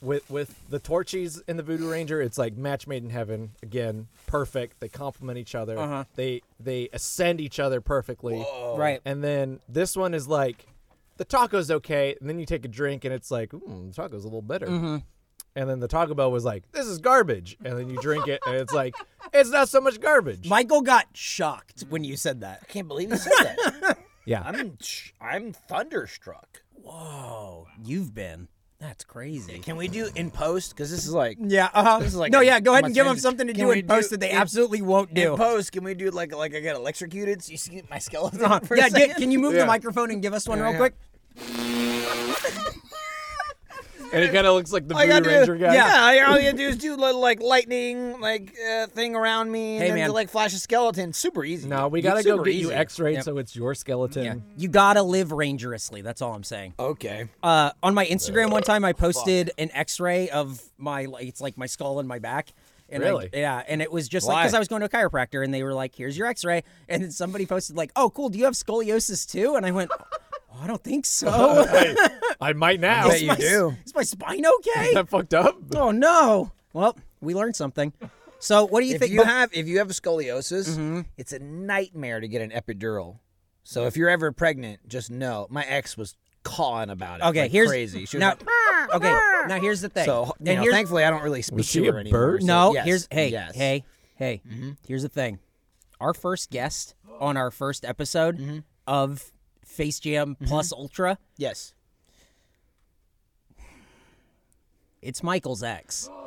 C: with with the Torchies and the Voodoo Ranger, it's like match made in heaven. Again, perfect. They complement each other.
E: Uh-huh.
C: They they ascend each other perfectly.
E: right.
C: And then this one is like, the taco's okay, and then you take a drink and it's like, mm, the taco's a little better.
D: Mm-hmm.
C: And then the Taco Bell was like, this is garbage. And then you drink it and it's like, it's not so much garbage.
E: Michael got shocked when you said that.
D: Can't believe you said that.
C: yeah.
D: I'm I'm thunderstruck.
E: Whoa, you've been. That's crazy.
D: Can we do in post? Because this is like
E: Yeah. Uh-huh.
D: This is like
E: no.
D: a-
E: Yeah. Go ahead and
D: must
E: give them
D: end-
E: something to
D: can
E: do
D: we
E: in post
D: do-
E: that they
D: in-
E: absolutely won't
D: in
E: do.
D: post. Can we do like like I get electrocuted? So you see my skeleton <laughs>
E: Uh-huh.
D: for
E: yeah.
D: a second?
E: Get, can you move the
C: Yeah.
E: microphone and give us one real
D: yeah.
E: quick?
C: And it kind of looks like the
D: All you
C: Voodoo
D: gotta
C: Ranger
D: do,
C: guy.
D: yeah. all you gotta do is do little, like lightning, like uh, thing around me, and
E: Hey,
D: then
E: man.
D: do, like flash a skeleton. Super easy.
C: No, we
D: It's
C: gotta go
D: super
C: get you
D: easy.
C: X-rayed so it's your skeleton.
E: You gotta live rangerously. That's all I'm saying.
D: Okay.
E: Uh, on my Instagram one time, I posted an X-ray of my. like, It's like my skull and my back. And I-
C: Really?
E: yeah, and it was just like
D: Why?
E: because I was going to a chiropractor, and they were like, "Here's your X-ray," and then somebody posted like, "Oh, cool. Do you have scoliosis too?" And I went, oh, "I don't
D: <laughs>
E: think so."
C: Hey, I might now.
D: bet
C: <laughs>
D: you
E: my,
D: do.
E: <laughs> Is my spine okay?
D: <laughs>
C: That fucked up.
E: oh no. Well, we learned something. So what do you
D: If
E: think?
D: you
E: but- Mm-hmm.
D: have if you have scoliosis, it's a nightmare to get an epidural. So if you're ever pregnant, just know my ex was calling about it.
E: okay,
D: like
E: here's
D: crazy. She was
E: now.
D: like,
E: Okay, now here's the thing.
D: So
E: And
D: you know,
E: here's-
D: thankfully, I don't really speak
C: she
D: to
C: a
D: her anymore.
C: bird?
D: so
E: no,
D: yes,
E: here's hey,
D: yes. Mm-hmm.
E: hey, hey. Here's the thing. Our first guest on our first episode
D: Mm-hmm.
E: of Face Jam Plus Ultra,
D: yes.
E: it's Michael's ex.
D: <gasps>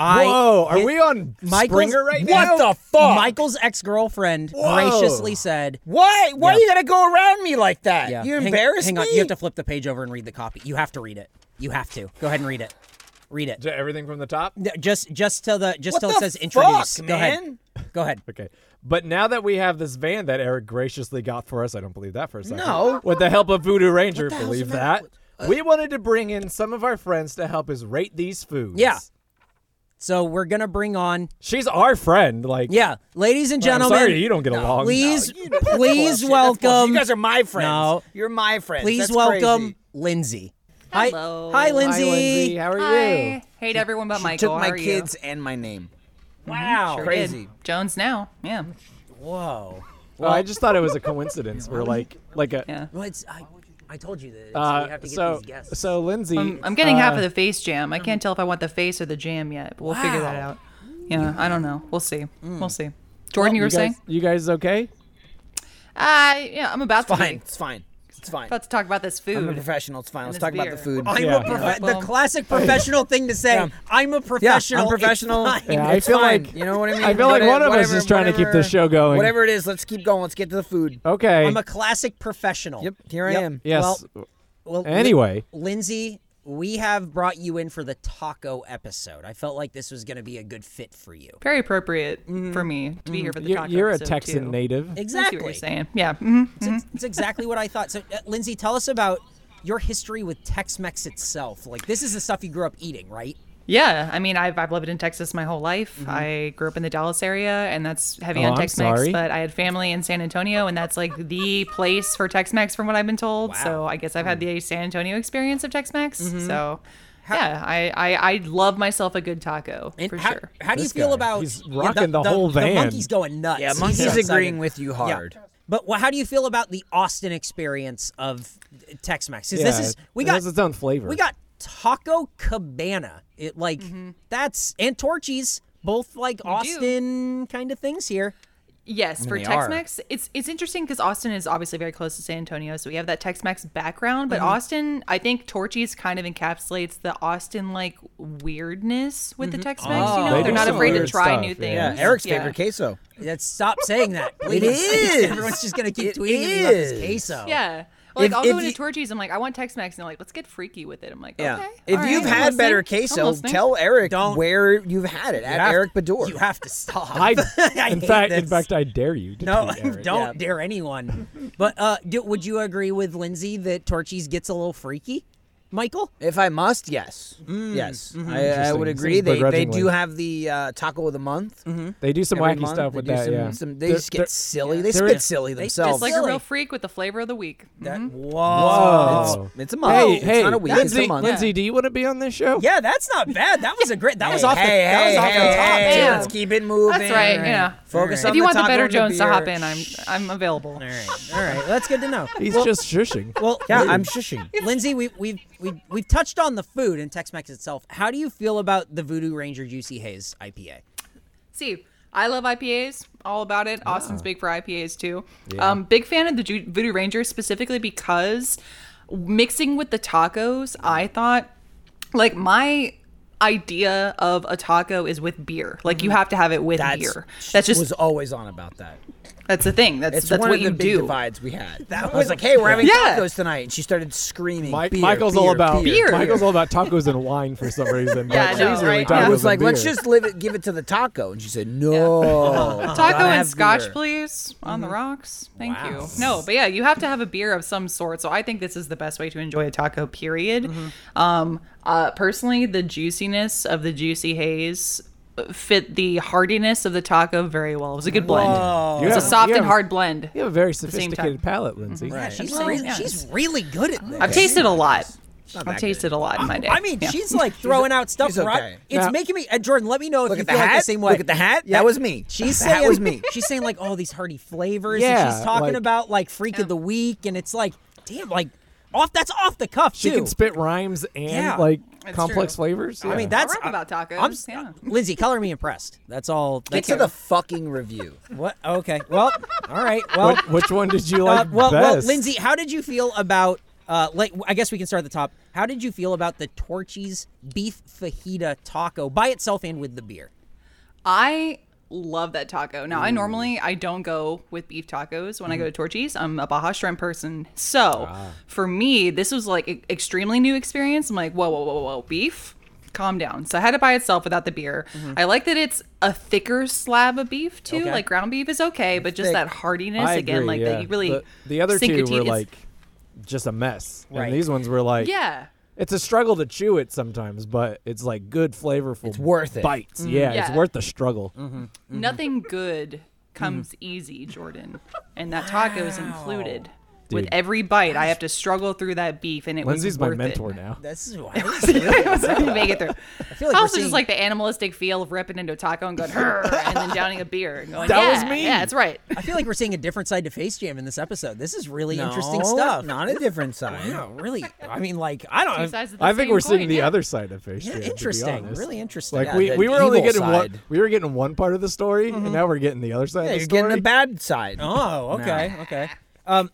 E: I
C: Whoa, are
E: hit-
C: we on
E: Michael's-
C: Springer right
E: What
C: now?
D: What the fuck?
E: Michael's ex-girlfriend
C: Whoa.
E: graciously said,
D: Why? Why
E: Yeah.
D: you gotta go around me like that?
E: Yeah.
D: You
E: Hang-
D: embarrass
E: hang,
D: me.
E: on, you have to flip the page over and read the copy. You have to read it. You have to. Go ahead and read it. Read it.
C: J- Everything from the top?
E: Th- Just just till the just
D: What
E: till
D: the
E: it says
D: fuck,
E: introduce. Go
D: man?
E: ahead. Go ahead.
C: Okay. But now that we have this van that Eric graciously got for us, I don't believe that for a second.
D: No.
C: With the help of Voodoo Ranger, believe that. we wanted to bring in some of our friends to help us rate these foods.
E: Yeah. So we're gonna bring on
C: She's our friend. Like,
E: Yeah, ladies and
C: I'm
E: gentlemen.
C: sorry you don't get along.
E: Please,
D: <laughs> Oh, You- that's
E: please
D: bullshit. That's bullshit.
E: welcome.
D: You guys are my friends.
E: No.
D: You're my friends.
E: please
D: That's
E: welcome
D: crazy.
E: Lindsay.
G: Hello.
E: Hi, hi,
C: Hi,
E: Lindsay.
C: Lindsay. How are you?
G: Hi. Hate everyone but Michael.
D: Took
G: How
D: my
G: are you?
D: kids and my name.
E: Wow.
G: Sure
D: Crazy.
G: did. Jones now. Yeah.
E: Whoa.
C: Well, I just thought it was a coincidence. We're like, like a.
G: Yeah.
E: Well, it's, I, I told you that
C: Uh,
E: we have to get
C: so,
E: these guests.
C: so Lindsay,
G: Um, I'm, I'm getting half of the face jam. I can't tell if I want the face or the jam yet, but we'll figure that out. Yeah, I don't know. We'll see. We'll see. Jordan, you were
C: you guys,
G: saying?
C: you guys okay?
G: Uh, yeah, I'm about to
D: Fine.
G: be.
D: It's fine. It's fine.
G: about to talk about this
D: I'm a
G: food.
D: professional. It's fine. Let's
G: this
D: talk about
G: beer.
D: the food.
E: I'm
C: Yeah.
E: a prof-
G: Well-
E: Uh, the classic professional thing to say. I'm a professional.
D: I'm
E: it's
D: professional.
E: fine.
C: Yeah, I
D: It's
C: feel
D: fine.
C: like-
D: you know what I mean.
C: I feel like
D: Whatever-
C: one of us is trying to keep
D: whatever-
C: this show going.
D: Whatever it is, let's keep going. Let's get to the food.
C: Okay.
E: I'm a classic professional.
D: Yep, here I am.
C: yes.
E: Well, Lin-
C: anyway.
E: Lindsay, we have brought you in for the taco episode. I felt like this was going to be a good fit for you.
G: Very appropriate for me to be here for the
C: You're,
G: taco
C: you're a
G: episode,
C: Texan
G: too.
C: native.
G: I see
E: Exactly.
G: what you're saying. Yeah. hmm
E: It's, it's exactly what I thought. So, uh, Lindsay, tell us about your history with Tex-Mex itself. Like, this is the stuff you grew up eating, right?
G: Yeah. I mean, I've, I've lived in Texas my whole life. I grew up in the Dallas area, and that's heavy
C: Mm-hmm. Oh,
G: on
C: I'm
G: Tex
C: sorry.
G: Mex, but I had family in San Antonio, and that's like the place for Tex Mex, from what I've been told. So I guess I've had the San Antonio experience of Tex Mex.
C: Mm-hmm.
G: So. yeah, I, I I love myself a good taco
E: And
G: for
E: how,
G: sure.
E: How do you
C: This
E: feel
C: guy,
E: about
C: he's
E: yeah,
C: rocking the whole
E: The
C: van.
E: monkey's going nuts.
D: Yeah,
E: <laughs> He's
D: monkey's
E: excited.
D: agreeing with you
E: Yeah.
D: hard.
E: But wha- how do you feel about the Austin experience of Tex-Mex? 'Cause this
C: Yeah,
E: is we
C: it
E: got
C: has its own flavor.
E: We got Taco Cabana. It like that's and Torchy's both like Austin kind of things here.
G: Yes, for
D: they are.
G: Tex-Mex, it's it's interesting because Austin is obviously very close to San Antonio, so we have that Tex-Mex background. But
D: Mm-hmm.
G: Austin, I think Torchy's kind of encapsulates the Austin like weirdness with
D: Mm-hmm.
G: the
D: Ah,
G: Tex-Mex.
E: Oh.
G: You know,
E: They
G: they're
E: do
G: not
E: some
G: afraid to
C: weird
G: try
C: stuff,
G: new things.
C: yeah.
D: Yeah, Eric's favorite queso.
E: Let's stop saying <laughs> that.
D: It
E: please.
D: is.
E: Everyone's just gonna keep
D: It
E: tweeting at me about this
D: is.
E: queso.
G: Yeah. Well, like
D: If-
G: I'll
D: if
G: go into
D: you-
G: Torchy's, I'm like, I want Tex-Mex, and they're like, let's get freaky with it. I'm like,
D: Yeah.
G: okay.
D: if
G: all right,
D: you've
G: I'm
D: had better
G: listening. I'm
D: queso,
G: listening."
D: tell Eric
E: Don't-
D: where you've had it
E: You
D: at
E: have
D: Eric
E: to-
D: Bador.
E: You have to <laughs>
D: <laughs>
E: stop.
C: I,
E: I
C: in
E: hate
C: fact, in
E: this.
C: fact, I dare you. To
E: No,
C: tweet Eric.
E: don't dare anyone. But uh, do, would you agree with Lindsay that Torchy's gets a little freaky, Michael?
D: If I must, yes,
E: Mm-hmm.
D: yes, I, I
C: Interesting.
D: would
C: Seems
D: agree. They they do
C: begrudgingly.
D: have the uh, taco of the month. Mm-hmm.
C: They do some wacky stuff with
D: they do
C: that.
D: some-
C: yeah.
D: some- they
C: They're-
D: just get
C: they're-
D: silly. They
C: There
D: spit
C: is-
D: silly
E: just
D: themselves.
G: It's like a
E: Silly.
G: real freak with the flavor of the week.
D: That-
C: Whoa.
D: Oh. It's- It's, a month.
C: oh. Hey,
D: it's
C: hey,
D: not a week.
C: Lindsay,
D: it's a month.
C: Lindsay, do you want to be on this show?
E: Yeah, that's not bad. That was a great. That was
D: Hey,
E: off the.
D: hey,
E: that was
D: hey,
E: off
D: hey,
E: the top.
D: hey,
E: too.
G: Yeah.
D: Let's keep it moving.
G: That's right. You know,
D: Focus on
G: if you
D: the
G: want the
D: taco
G: better
D: and
G: Jones to
D: beer.
G: hop in, I'm I'm available.
E: All right, all right. That's good to
G: <laughs>
E: know.
C: He's just shushing.
E: Well,
D: Yeah, I'm shushing.
E: Lindsay, we, we've we, we've touched on the food and Tex-Mex itself. How do you feel about the Voodoo Ranger Juicy Haze IPA?
G: See, I love IPAs, all about it.
D: Ah.
G: Austin's big for IPAs too. Um, big fan of the Ju- Voodoo Ranger specifically because mixing with the tacos, I thought like my idea of a taco is with beer. Like you have to have it with beer. That's
D: she
G: just
D: Mm-hmm. was always on about that.
G: that's the thing. That's
D: It's
G: that's
D: one
G: what
D: of
G: you
D: the big
G: do.
D: divides we had. I was like, "Hey, we're having
G: Yeah.
D: tacos tonight," and she started screaming.
C: Mike,
D: beer,
C: Michael's all
D: beer,
C: about
G: beer.
C: Michael's all about tacos and wine for some
D: <laughs>
C: reason.
G: Yeah,
C: but
G: I know,
C: she's really
G: right?
C: tacos
G: Yeah.
D: I
G: It
D: was
C: and
D: like,
C: beer.
D: "Let's just live it, give it to the taco," and she said, "No,
G: <laughs> Taco
D: gotta have
G: and scotch,
D: beer."
G: please. On the rocks. Thank you. No, but yeah, you have to have a beer of some sort. So I think this is the best way to enjoy a taco, period. Um, uh, personally, the juiciness of the Juicy Haze fit the hardiness of the taco very well. It was a good blend.
D: Oh,
C: You
G: It's
C: have-
G: a soft
C: you
G: and
C: have-
G: hard blend.
C: You have a very
G: same time.
C: sophisticated palate, Lindsay.
E: She's,
G: Well,
E: re-
G: yeah.
E: she's really good at this.
G: I've tasted a lot. I've tasted a lot in my day.
E: I mean,
G: Yeah.
D: <laughs>
E: she's like throwing out stuff.
D: she's okay.
E: right? It's
C: Now-
E: making me. Uh, Jordan, let me know if
D: Look
E: you
D: at the
E: feel like the
D: hat.
E: same way.
D: Look at the hat. <laughs> That was me.
E: She's
D: the
E: saying
D: hat was me.
E: <laughs> She's saying like all these hearty flavors. and
C: Yeah,
E: she's talking
C: like-
E: about like freak of the week, and it's like, damn, like off. That's off the cuff
C: She
E: too.
C: can spit rhymes and
E: Yeah.
C: like
G: That's
C: complex
G: true.
C: flavors.
E: I
C: yeah.
E: mean, that's uh,
G: rap about tacos,
E: I'm, s-
G: yeah.
E: Lindsay, color me impressed. That's all.
D: Get
E: That's <laughs>
D: to the fucking review.
E: what? Okay.
C: <laughs>
E: Well, all right. Well,
C: Wh- which one did you
E: uh,
C: like
E: well, well,
C: best?
E: Lindsay, how did you feel about? Uh, like, I guess we can start at the top. How did you feel about the Torchy's beef fajita taco by itself and with the beer?
G: I love that taco. Now, I normally I don't go with beef tacos when I go to Torchy's. I'm a Baja shrimp person, so
C: Ah.
G: for me this was like e- extremely new experience. I'm like, whoa, whoa, whoa, whoa, whoa, beef. Calm down. So I had it by itself without the beer.
C: Mm-hmm.
G: I like that it's a thicker slab of beef too.
E: Okay.
G: Like ground beef is okay, but just that hardiness
C: I
G: again,
C: agree,
G: like
C: yeah.
G: that you really
C: the, the other
G: sink your
C: two were
G: teeth- it's-
C: like just a mess,
E: Right.
C: and these ones were like
G: yeah.
C: It's a struggle to chew it sometimes, but it's like good flavorful. It's
D: worth it.
C: Bites, yeah,
G: Yeah.
C: it's worth the struggle. Mm-hmm.
G: Nothing good comes easy, Jordan. And that taco is included. With
C: Dude.
G: every bite, I have to struggle through that beef, and it
C: Lindsay's
G: was
C: my
G: worth
C: mentor
G: it. <laughs>
C: now.
E: That's
G: make it through. I
E: feel like we're
G: also
E: seeing-
G: just like the animalistic feel of ripping into a taco and going "Hurr," and then downing a beer and going.
C: That
G: yeah,
C: was me.
G: Yeah, that's right.
E: I feel like we're seeing a different side to Face Jam in this episode. This is really interesting
D: No,
E: stuff.
D: Not a different side.
E: Wow, really. I mean, like, I
G: Two
E: don't.
G: sides of the
C: I think
G: same
C: we're seeing
G: coin,
C: the
G: yeah.
C: other side of face.
E: Yeah,
C: Jam, to be
E: interesting.
C: honest.
E: Really interesting.
C: Like
E: Yeah,
C: we,
D: the
C: we were only
D: evil
C: getting one
D: side.
C: we were getting one part of the story, and now we're getting the other side.
D: Yeah,
C: of the
D: you're
C: story.
D: getting the bad side.
E: Oh, okay, okay. Um,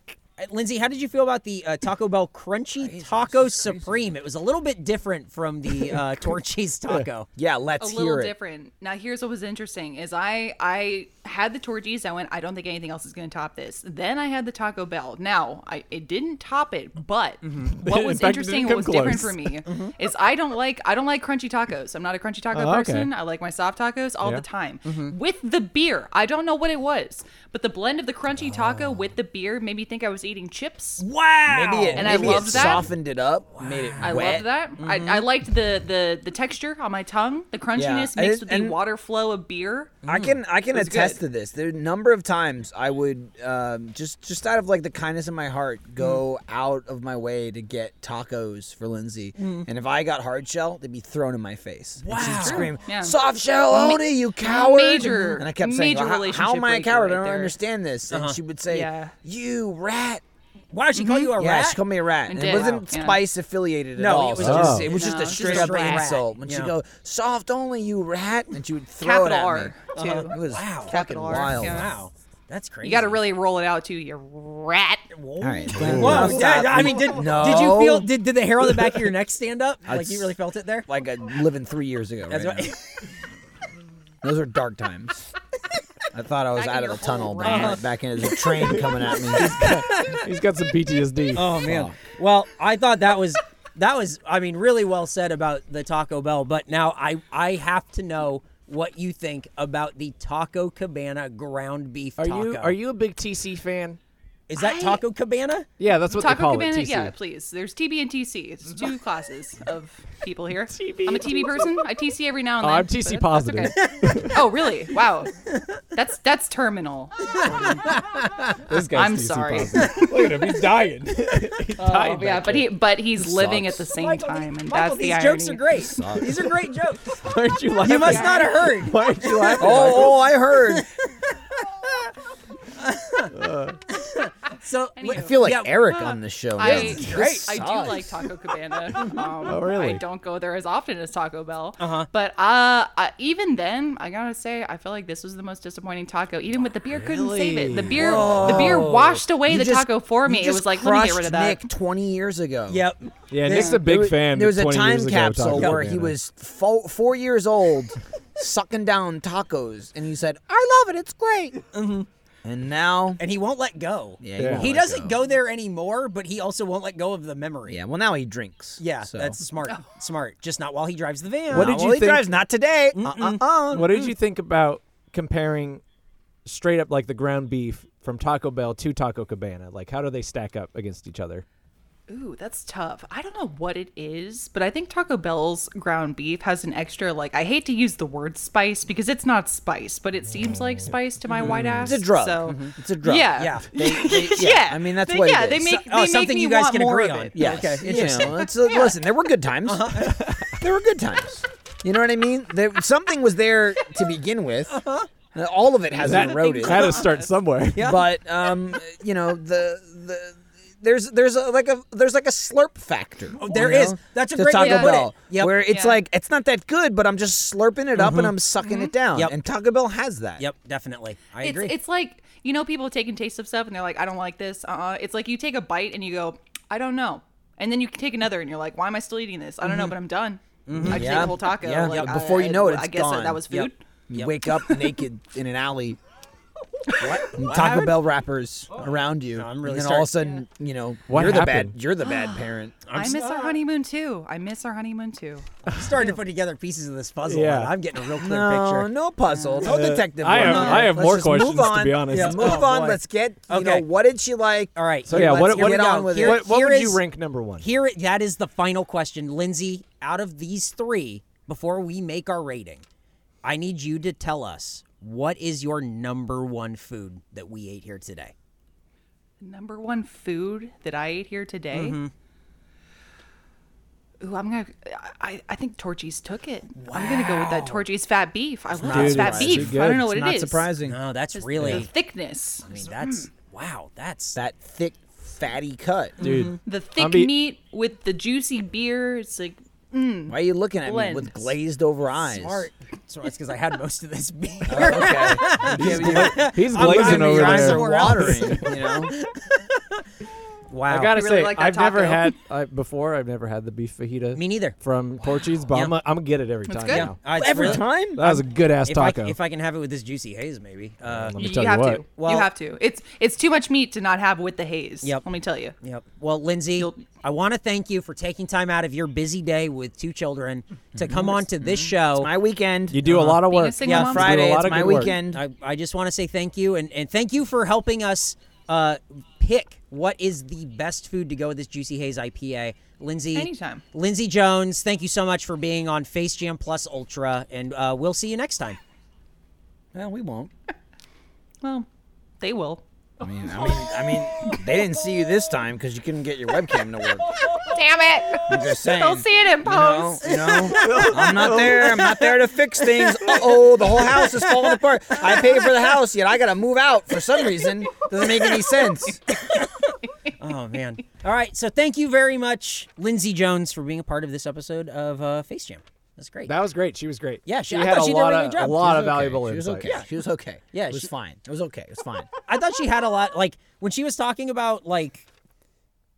E: Lindsay, how did you feel about the uh, Taco Bell Crunchy Taco Supreme? It was a little bit different from
D: <laughs>
E: the uh, Torchy's Taco.
D: Yeah,
G: A
D: let's
G: little
D: hear it.
G: different. Now, here's what was interesting: is I I had the tortillas. I went. I don't think anything else is going to top this. Then I had the Taco Bell. Now, I it didn't top it, but what
C: Mm-hmm. <laughs> In
G: was
C: fact, it didn't
G: interesting, what was
C: come
G: different
C: close. Mm-hmm.
G: for me,
C: <laughs>
G: is I don't like I don't like crunchy tacos. I'm not a crunchy taco
C: Oh, okay.
G: person. I like my soft tacos all
C: Yeah. Mm-hmm.
G: the time. With the beer, I don't know what it was, but the blend of the crunchy
C: Oh.
G: taco with the beer made me think I was eating chips.
E: Wow.
D: Maybe it,
G: And I
D: maybe
G: loved
D: it
G: that.
D: softened it up, made it
G: I
D: wet.
G: loved that.
C: Mm-hmm.
G: I, I liked the, the the texture on my tongue, the crunchiness
D: And-
G: mixed with the
D: and-
G: water flow of beer.
D: I can I can
G: was
D: attest
G: good.
D: to this. The number of times I would um, just just out of like the kindness of my heart go
G: Mm-hmm.
D: out of my way to get tacos for Lindsay,
G: Mm-hmm.
D: and if I got hard shell, they'd be thrown in my face. Wow! And she'd scream,
G: Yeah.
D: "Soft shell, Oni, you coward!"
G: major-
D: and I kept saying,
G: major
D: well, how- "How am
G: relationship
D: I a
G: breaker
D: coward?
G: right
D: I don't
G: there." Uh-huh.
D: understand this." And she would say,
G: Yeah.
D: "You rat."
E: Why did she call you a
D: Mm-hmm. Yeah,
E: rat?
D: she called me a rat. And it
G: did.
D: wasn't
G: Wow. Yeah.
D: spice affiliated at
E: No,
D: all.
E: it was
D: so
C: just-
D: it was just
G: No,
D: a
G: just
D: straight
E: a
D: up
E: rat.
D: insult. When she
E: Yeah.
D: go, soft only, you rat, and she would throw
G: Capital
D: it
G: R,
D: at me.
G: too.
D: It was
E: Wow.
D: fucking
G: Capital R,
D: wild.
G: yeah.
E: wow. That's crazy.
G: You got to really roll it out too, you rat.
E: Whoa.
D: All right.
E: Whoa. yeah, I mean, did, did you
D: No.
E: feel? Did, did the hair on the back of your neck stand up? like
D: That's-
E: you really felt it there?
D: like a living three years ago?
E: That's
D: right
E: right.
D: now. Those are dark times. I thought I was
G: Back in
D: out of
G: your
D: the tunnel,
G: hole,
D: but I'm
G: rat.
D: not back in. There's a train coming at me.
C: He's got some PTSD.
E: Oh man. Well, I thought that was that was I mean really well said about the Taco Bell, but now I I have to know what you think about the Taco Cabana ground beef
C: Are
E: taco.
C: you are you a big TC fan?
E: Is that Taco Cabana?
C: Yeah, that's what they
G: Taco
C: call
G: Cabana,
C: it. TC.
G: yeah, please. There's TB and TC. It's
C: <laughs>
G: two classes of people here. I'm a TB person. I TC every now and
C: Oh,
G: then.
C: I'm TC
G: but that's okay. <laughs> oh, really? Wow. That's
C: <laughs>
G: that's terminal.
C: This guy's
G: I'm
C: TC
G: sorry.
C: positive. Look at him, he's <laughs> dying. he's dying.
G: Oh, yeah,
C: back
G: but he but he's living at the same
E: Michael,
G: time,
E: these,
G: and
E: Michael,
G: that's
E: these
G: the
E: jokes are
G: irony.
E: great. These are great
G: <laughs>
E: jokes.
C: there. Why aren't you laughing?
E: You must not have heard.
C: Why aren't you laughing?
D: Oh, oh, I heard.
E: So
D: I feel like
E: yeah,
D: Eric on the show.
G: I,
D: now. This
G: I
D: sucks.
G: do <laughs> like Taco Cabana. Um, oh,
C: really?
G: I don't go there as often as Taco Bell. Uh-huh. But uh, uh, even then, I gotta say, I feel like this was the most disappointing taco. Even with the beer, couldn't save it. The beer, the beer washed away
D: You
G: the
D: just-
G: taco for
D: you
G: me. It
D: just
G: was like, let me get
D: crushed
G: rid of that.
D: Nick 20 years ago.
E: Yep.
C: Yeah, Nick's a big
D: There was-
C: fan.
D: There was a
C: 20 years
D: time
C: ago,
D: capsule
C: Taco
D: where he
C: Cabana.
D: was fo- four years old, sucking down tacos, and he said, "I love it. It's great." And now,
E: And he won't let go.
D: yeah,
C: Yeah.
D: won't
E: He
D: let
E: doesn't go. there anymore, but he also won't let go of the memory.
D: Yeah, well, now he drinks.
E: Yeah,
D: so.
E: that's smart.
G: Oh.
E: Smart. Just not while he drives the van.
C: What
D: Not
C: did you
D: while he
C: think-
D: drives, not today. Uh, uh, uh.
C: What did you think about comparing straight up like the ground beef from Taco Bell to Taco Cabana? Like, how do they stack up against each other?
G: Ooh, that's tough. I don't know what it is, but I think Taco Bell's ground beef has an extra like I hate to use the word spice because it's not spice, but it seems like spice to my white ass.
D: Mm. It's a drug. Mm-hmm.
G: So
D: It's a drug.
G: Yeah.
E: Yeah.
D: They- they- <laughs> yeah. I mean, that's
G: They-
D: what.
G: yeah,
D: it
G: they
D: is.
G: make
E: oh,
G: they make
E: something
G: me
E: you guys
G: want
E: can
G: more
E: agree
G: of
E: on.
G: it.
D: Yes.
E: Okay,
D: You know, it's a, Listen, there were good times. <laughs> there were good times. You know what I mean? There, something was there to begin with. Uh, All of it has <laughs>
C: That
D: been eroded.
C: had to start somewhere.
E: Yeah.
D: But um, you know the the. there's there's a, like a there's like a slurp factor. Oh,
E: there is. That's a great
D: Taco
E: way to put it.
D: Bell,
E: Yep.
D: Where it's
G: Yeah. Mm-hmm.
D: like it's not that good, but I'm just slurping it up and I'm sucking it down.
E: Yep.
D: And Taco Bell has that.
E: Yep, definitely. I
G: it's,
E: agree.
G: it's like you know people taking taste of stuff and they're like i don't like this uh-uh. it's like you take a bite and you go i don't know and then you take another and you're like why am i still eating this i don't know but i'm done i just ate a whole taco
D: Mm-hmm. Yeah.
G: Like,
D: Yeah,
G: I-
D: before you know it,
G: i
D: it's
G: guess that-
D: gone.
G: that was
E: Yep.
G: food
D: You wake up naked in an <laughs> alley. And Taco Bell wrappers around you,
E: I'm really
D: and then
E: starting-
D: all of a sudden, you know,
C: What
D: you're the
C: happened?
D: bad, you're the
G: <gasps>
D: bad parent.
G: i miss our honeymoon too i miss our honeymoon too
E: I'm starting to put together pieces of this puzzle.
C: Yeah.
E: and I'm getting a real clear
D: No,
E: picture.
D: no puzzle, no detective.
C: Uh, I
D: work.
C: have- I have
D: Let's
C: more
D: just move
C: questions, to
D: on.
C: be honest.
D: Yeah,
C: Let's
D: move
E: go.
D: on.
E: Oh, Boy.
D: Let's get. You know,
E: Okay.
D: what did she like?
E: All right.
C: So yeah,
D: let's
C: what
D: get
C: what,
D: on with it.
C: what, what
E: Here
C: would
E: is-
C: you rank number one?
E: Here, that is the final question, Lindsay. Out of these three, before we make our rating, I need you to tell us what is your number one food that we ate here today.
G: number one food that i ate here today
C: Mm-hmm.
G: Ooh, I'm gonna. I, I think Torchy's took it. I'm gonna go with that Torchy's fat beef. I love this fat
C: surprising.
G: beef.
C: Too good.
G: I don't know what it is.
D: Not surprising.
E: No, that's
G: Just
E: really.
G: the thickness.
E: I mean, that's wow. That's
D: That thick, fatty cut.
C: Dude,
G: The thick
C: be-
G: meat with the juicy beer. It's like
C: Mm-hmm.
D: Why are you looking at me
G: Blends.
D: with glazed over eyes?
E: smart. So that's because I had most
C: <laughs>
E: of
C: Uh,
E: this beer.
D: Okay.
C: he's, gla- he's glazing
E: gonna be
C: over
E: honest,
C: there.
E: I'm
D: You're watering,
C: <laughs>
D: you know?
E: wow.
C: I gotta
G: really
C: say,
G: like that
C: I've never
G: taco.
C: had I, before. I've never had the beef fajita.
E: Me neither.
C: From Portuguese, but I'm, gonna- I'm gonna get it every time.
G: good.
C: Now.
E: Uh, it's
D: Every
E: really-
D: time?
C: That was a good ass
E: If I,
C: taco.
E: if I can have it with this juicy haze, maybe. Uh,
C: Let me
G: you,
C: tell you
G: you have
C: what.
G: to.
E: Well-
G: you have to. It's it's too much meat to not have with the haze.
E: Yep.
G: Let me tell you.
E: Yep. Well, Lindsay, I want to thank you for taking time out of your busy day with two children to come on to this show.
D: Mm-hmm. My weekend. Uh-huh.
C: You do a lot of
G: Being a
C: work.
G: single Yeah, mom.
C: You do a
D: Friday,
C: lot
D: it's
C: of
D: my
C: good work.
D: weekend.
E: I, I just want to say thank you and, and thank you for helping us uh, pick what is the best food to go with this Juicy Haze IPA. Lindsay,
G: Anytime.
E: Lindsay Jones, thank you so much for being on Face Jam Plus Ultra, and uh, we'll see you next
D: <laughs>
E: time.
D: Well, we won't.
G: Well, they will.
D: I mean, I mean, I mean, they didn't see you this time because you couldn't get your webcam to work.
G: Damn it!
D: I'm just saying.
G: <laughs> They'll see it in
D: You know,
G: post.
D: you know, I'm <laughs> not there. I'm not there to fix things. Oh, the whole house is falling apart. I paid for the house, yet I gotta move out for some reason. Doesn't make any sense.
E: Oh, man. All right. So thank you very much, Lindsay Jones, for being a part of this episode of uh, Face Jam. That's great.
C: That was great. She was great.
E: Yeah, she-
C: she
E: I
C: had
E: thought
C: a
E: she did a
C: lot
E: really
C: of
E: good job.
C: a lot
E: She
C: of valuable
D: She was
C: insight.
D: <laughs> okay. She was okay.
E: Yeah,
D: it was
E: she-
D: fine. It was okay. It was fine.
E: I thought she had a lot like when she was talking about like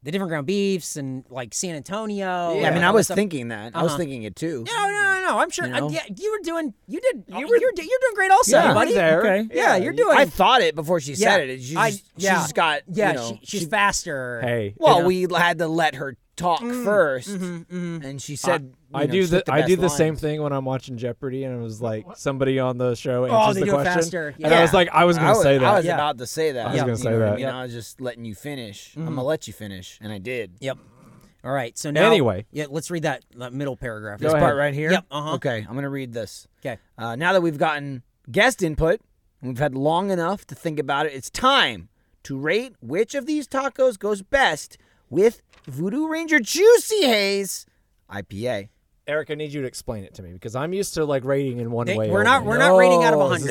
E: the different ground beefs and like San Antonio.
D: Yeah, I
E: and
D: mean,
E: all
D: I
E: this
D: was
E: stuff.
D: thinking that. I was thinking it too.
E: No, no, no, no. I'm sure.
D: You
E: uh,
D: know?
E: yeah, you were doing. You did. You were, you're, do- you're doing great, also,
D: Yeah,
E: buddy.
C: there.
E: Okay. Yeah, you're doing.
D: I thought it before she
E: yeah,
D: said it. She just,
E: I-
D: she
E: yeah.
D: just got.
E: Yeah,
D: you know,
E: she, she's faster.
C: Hey,
D: Well, we had to let her talk 1st and she said,
C: I
D: you know,
C: do
D: she
C: the,
D: took the
C: I do
D: best
C: the same
D: lines.
C: thing when I'm watching Jeopardy, and it was like somebody on the show answers
E: they
C: the
E: do it
C: question,
E: faster.
C: and I was
D: Yeah.
C: like, I was gonna
D: I was,
C: say that.
D: I was
E: Yeah.
D: about to say that. Mm-hmm.
C: was gonna
D: You
C: say
D: know what I
C: that.
D: mean?
C: Yep.
D: I was just letting you finish. I'm gonna let you finish, and I did.
E: Yep. All right. So now,
C: Anyway.
E: yeah, let's read that, that middle paragraph.
C: Go
D: This
C: ahead.
D: part right here.
E: Yep, uh-huh.
D: Okay, I'm gonna read this.
E: Okay.
D: Uh, now that we've gotten guest input, and we've had long enough to think about it, it's time to rate which of these tacos goes best with Voodoo Ranger Juicy Haze
C: Uh,
D: IPA.
C: Eric, I need you to explain it to me because I'm used to like rating in one
E: They-
C: way.
E: we're not.
C: only.
E: We're not rating out of
D: Oh, No,
E: 100.
D: this is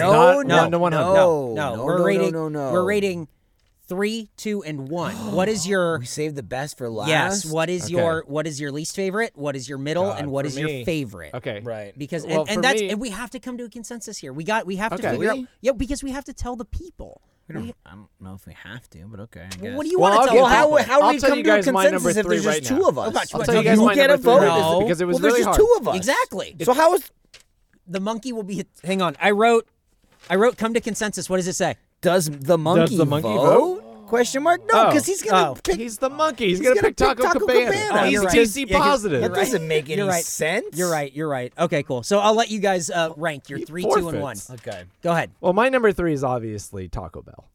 C: not
E: no,
C: one to 100.
E: no, no,
D: No, no,
E: We're
D: no,
E: rating.
D: no, no.
E: We're rating three, two, and one. What is
D: <gasps>
E: your? <sniffs>
D: We saved the best for last.
E: Yes. What is
C: Okay.
E: your? What is your least favorite? What is your middle?
C: God,
E: and what
C: for
E: is your
C: me.
E: favorite?
C: Okay.
D: Right.
E: Because and,
C: Well,
E: and
C: for
E: that's
C: me-
E: and we have to come to a consensus here. We got we have to
C: Okay.
E: figure out
D: Really?
E: yeah because we have to tell the people.
D: We don't, I don't know if we have to, but okay. I guess.
E: What do you
C: Well,
E: want
C: I'll
E: to tell
C: give-
D: Well,
C: I'll-
E: the
D: how,
E: people?
D: how
C: I'll
D: do we
C: tell
D: come
C: you
D: to a
C: guys my number
D: consensus if
C: three
D: there's
C: right
D: just
C: now.
D: two of us?
C: I'll tell you guys my
D: get a
C: number three
D: vote
C: right now.
D: Is-
C: Because it was
D: well, there's
C: really
D: just
C: hard.
D: two of us.
E: Exactly.
D: So how is
E: the monkey will be. Hang on. I wrote. I wrote. Come to consensus. What does it say?
D: does the monkey,
C: the monkey
D: vote? Question mark? No,
C: Oh.
D: because he's gonna
E: Oh.
D: pick.
C: He's the monkey. He's,
D: He's
C: gonna,
D: gonna
C: pick
D: pick
C: Taco,
D: Taco
C: Cabana.
D: Cabana.
E: Oh,
C: he's
E: you're right.
C: TC
E: Yeah, 'cause-
C: positive.
D: That doesn't make any
E: You're right.
D: sense.
E: You're right. You're right. Okay. Cool. So I'll let you guys uh, rank your three, two, and one.
C: forfeits.
D: Okay.
E: Go ahead.
C: Well, my number three is obviously Taco Bell.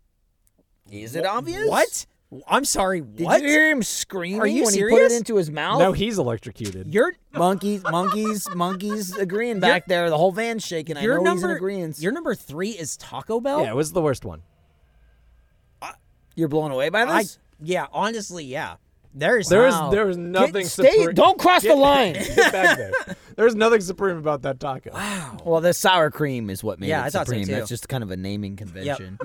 D: Is it obvious?
E: What? I'm sorry.
D: Did
E: What?
D: you hear him screaming
E: Are you
D: when he put
E: serious?
D: it into his mouth?
C: No, he's electrocuted.
E: Your
D: monkeys, monkeys, monkeys agreeing back there. The whole van's shaking. I
E: your
D: know he's in
E: number.
D: agreement.
E: Your number three is Taco Bell.
C: Yeah, it was the worst one.
D: You're blown away by
E: I.
D: this.
E: Yeah. Honestly. Yeah. There's
C: There is
E: Wow.
C: there is nothing.
D: Stay.
C: supra- <laughs>
D: Don't cross the line.
C: Get back there. There's nothing supreme about that taco.
D: Oh. Well, the sour cream is what made
E: Yeah,
D: it
E: I thought so,
D: supreme.
E: too.
D: That's just kind of a naming <laughs> convention.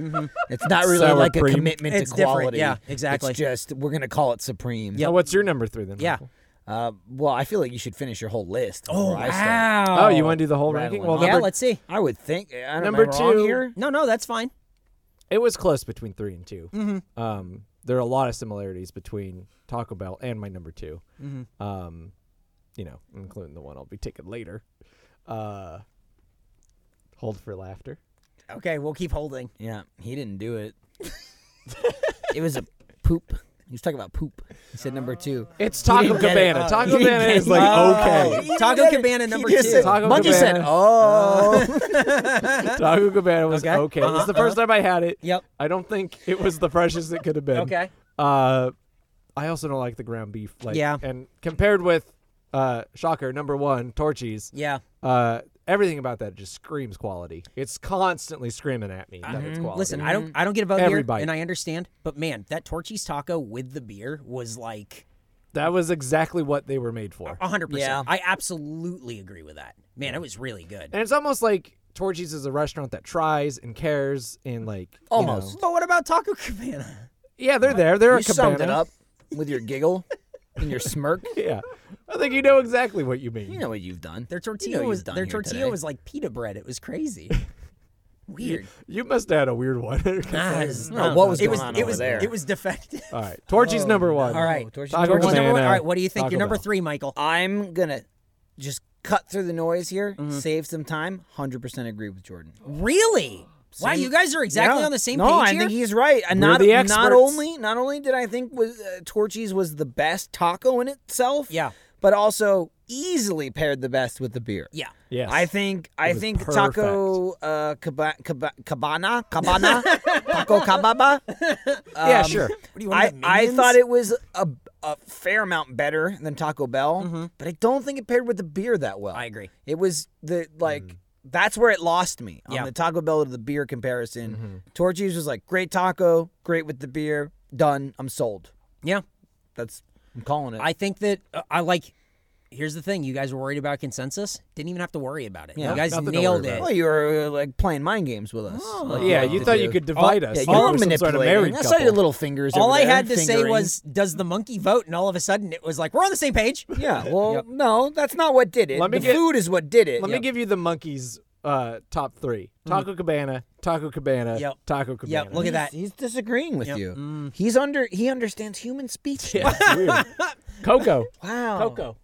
D: It's not really
C: Sour
D: like
C: cream.
D: a commitment
E: It's
D: to
E: different,
D: quality.
E: yeah, exactly.
D: It's just we're gonna call it supreme.
C: Now, what's your number three then?
E: Yeah.
C: Michael?
D: Uh, well, I feel like you should finish your whole list. Oh
C: Oh, you want to do the whole
D: rattling
C: ranking? Well,
D: off.
E: Yeah,
C: number,
E: let's see.
D: I would think. I don't,
C: Number
D: am I wrong
C: two.
D: here.
E: No, no, that's fine.
C: it was close between three and 2 Um, there are a lot of similarities between Taco Bell and my number 2 Um, you know, including the one I'll be taking later. Uh, hold for laughter.
E: Okay, we'll keep holding.
D: Yeah, he didn't do <laughs> it. it was a poop. He was talking about poop. He said number two.
C: It's
D: get
C: Taco
D: it.
C: Cabana.
D: Oh,
C: Taco
D: you didn't
C: Cabana
D: get
C: is
D: it.
C: like
E: Uh, Oh,
C: okay.
E: Taco Cabana number two.
C: Taco
D: Monkey
C: Cabana. Oh.
D: said, "Oh,
C: <laughs> Taco Cabana was okay.
E: Okay. Uh-huh,
C: It was the 1st time I had it.
E: Yep.
C: I don't think it was the freshest it could have been.
E: Okay.
C: Uh, I also don't like the ground beef. Like,
E: Yeah.
C: And compared with, uh, shocker number one, Torchies.
E: Yeah.
C: Uh, everything about that just screams quality. It's constantly screaming at me that it's quality.
E: Mm-hmm. Listen, I don't I don't get a vote
C: Every
E: here,
C: bite.
E: and I understand, but man, that Torchy's taco with the beer was like
C: that was exactly what they were made for.
E: hundred
D: Yeah.
E: percent. I absolutely agree with that. Man, it was really good.
C: And it's almost like Torchies is a restaurant that tries and cares and like you know-
E: But what about Taco Cabana?
C: yeah, they're there. They're
D: You
C: a
D: summed
C: cabana.
D: it up with your giggle and your smirk.
C: Yeah, I think you know exactly what you mean.
D: You know what you've done.
E: Their
D: You
E: tortilla
D: know what
E: was
D: you've done
E: their
D: here
E: tortilla
D: today.
E: was like pita bread. It
C: <laughs>
E: was crazy. Weird.
C: You must have had a weird one. <laughs> 'Cause I-
E: Guys,
D: know what was
E: it
D: going
E: was
D: on
E: it
D: over
E: was
D: there.
E: It was defective.
D: <laughs>
E: <laughs>
C: All right, Torchy's number one.
E: All right.
D: Torchy's
C: Taco
E: Torchy's number one.
C: Cabana,
E: All right, what do you think?
C: Taco
E: Your number
C: Bell.
E: three, Michael.
D: I'm gonna just cut through the noise here, save some time. Hundred percent agree with Jordan.
E: Really? Wow, you guys are exactly
D: Yeah.
E: on the same
D: no,
E: page
D: I
E: here.
D: think he's right. And not
C: the
D: not
C: experts.
D: only not only did I think was uh, Torchy's was the best taco in itself.
E: Yeah.
D: but also easily paired the best with the beer.
E: yeah.
C: Yes.
D: I think I
C: was
D: think Taco uh, caba, caba, Cabana
E: <laughs>
D: Cabana Taco Cababa.
C: yeah, sure.
E: What do you want?
D: I,
E: to do,
D: I
E: minions?
D: thought it was a, a fair amount better than Taco Bell,
C: Mm-hmm.
D: but I don't think it paired with the beer that well.
E: I agree.
D: It was the like
C: Mm.
D: that's where it lost me on
E: Yeah.
D: the Taco Bell to the beer comparison.
C: Mm-hmm.
D: Torchy's was like great taco, great with the beer. Done. I'm sold.
E: Yeah.
D: That's I'm calling it.
E: I think that uh, I like. Here's the thing: you guys were worried about consensus. Didn't even have to worry about it.
D: Yeah.
E: you guys
C: Nothing to
E: nailed
C: worry
E: it.
C: about. Oh.
D: well, you were uh, like playing mind games with us. Like,
C: Yeah,
D: like
C: you
D: to
C: thought
D: do.
C: you could divide us.
D: Yeah,
C: like
D: you were
C: we're some sort of married
D: manipulating. I saw your
C: couple.
D: little fingers.
E: All
D: over
E: I
D: there,
E: had to say
D: fingering.
E: was, "Does the monkey vote?" And all of a sudden, it was like we're on the same
D: <laughs>
E: page.
D: yeah. Well, no, that's not what did it.
C: Let me
D: the
C: get-
D: food is what did it.
C: Let me give you the monkeys uh, top three: Taco Cabana, Taco Cabana,
E: Yep.
C: Taco Cabana.
E: Yep, look at that. Mm.
D: He's disagreeing with you. He's under. He understands human speech. now.
C: <laughs> It's weird. Coco.
D: <laughs> Wow.
C: Coco.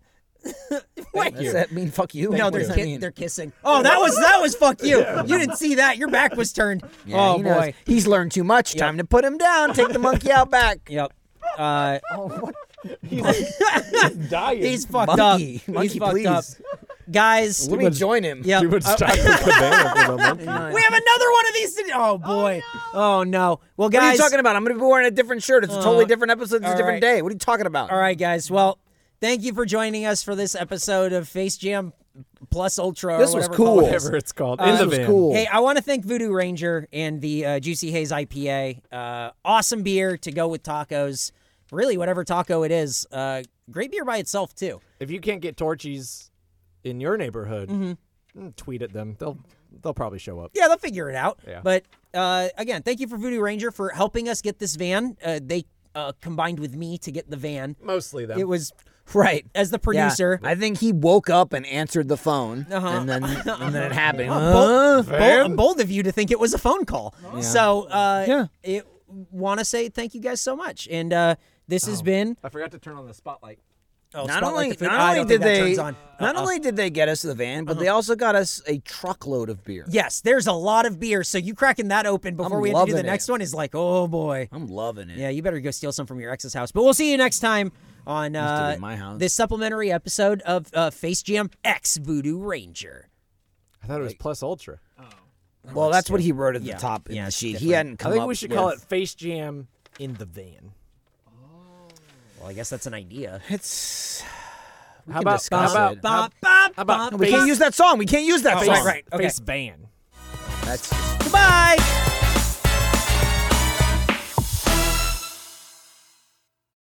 E: Wait,
D: Does that mean fuck you?
E: no,
D: What
E: they're
D: does that
E: ki-
D: mean?
E: they're kissing. Oh, that was that was
D: <laughs>
E: fuck you. You didn't see that. Your back was turned.
D: Yeah,
E: oh
D: he knows.
E: boy.
D: he's learned too much. Time to put him down. Take the monkey out
E: <laughs>
D: back.
E: Yep.
D: <laughs>
E: Uh,
D: Oh,
E: <laughs>
C: Dying.
E: he's fucked
D: Monkey.
E: up.
D: Monkey,
E: he's fucked
D: please.
E: up, guys.
D: Let me join him.
E: Yep.
C: Too much Taco Cabana for the monkey.
E: We have another one of these. To- oh boy. Oh no. Well,
D: What are you
E: guys. Uh,
D: talking about? I'm gonna be wearing a different shirt. It's a totally different episode. It's a
E: all
D: different
E: right.
D: day. What are you talking about?
E: All right, guys. Well, thank you for joining us for this episode of Face Jam Plus Ultra. or
D: This was
E: whatever call
D: cool.
E: it
C: <laughs>
E: is.
C: Whatever it's called. In the
D: this
C: van.
D: was cool.
E: Hey, I want to thank Voodoo Ranger and the uh, Juicy Haze IPA. Uh, awesome beer to go with tacos. Really, whatever taco it is. Uh, great beer by itself too.
C: If you can't get Torchies in your neighborhood, mm, tweet at them. They'll they'll probably show up.
E: Yeah, they'll figure it out.
C: Yeah.
E: But uh, again, thank you for Voodoo Ranger for helping us get this van. Uh, they uh, combined with me to get the van.
C: Mostly them.
E: It was
D: Right.
E: as
D: Yeah.
E: the producer.
D: I think he woke up and answered the phone,
E: Uh-huh.
D: and
E: <laughs>
D: then and then it happened.
E: Oh, Uh, bold,
C: Van?
E: bold, bold of you to think it was a phone call. So, uh,
D: Yeah.
E: it want to say thank you guys so much. And uh, this has been
C: I forgot to turn on the spotlight.
E: oh,
D: Oh. not
E: Spotlight
D: only,
E: the Food.
D: not
E: I
D: only
E: don't
D: did
E: think that
D: they
E: turns on. Uh-uh. Uh-huh.
D: not only did they get us the van, but they also got us a truckload of beer.
E: Yes, there's a lot of beer. So you cracking that open before
D: I'm
E: we have to do the
D: loving it.
E: next one is like, oh boy.
D: I'm loving it.
E: Yeah, you better go steal some from your ex's house. But we'll see you next time on
D: to be
E: uh,
D: my house.
E: this supplementary episode of uh, Face Jam X Voodoo Ranger.
C: I thought it was plus ultra.
D: Well, that's what he wrote at the top in
E: Yeah,
D: the
E: it's
D: sheet. He
E: different.
D: hadn't
C: I
D: come
C: think
D: up
C: we should call it
D: with-
C: Face Jam in the van.
E: Well, I guess that's an idea.
D: It's
C: How
D: can
C: about, how
D: discuss
C: about
D: it.
C: how,
E: Bop, bop,
C: about-
E: bop,
D: we can't
E: bop.
D: use that song. We can't use that
E: Oh,
D: song.
E: right, right. Okay.
C: Face Van?
D: That's
E: Goodbye.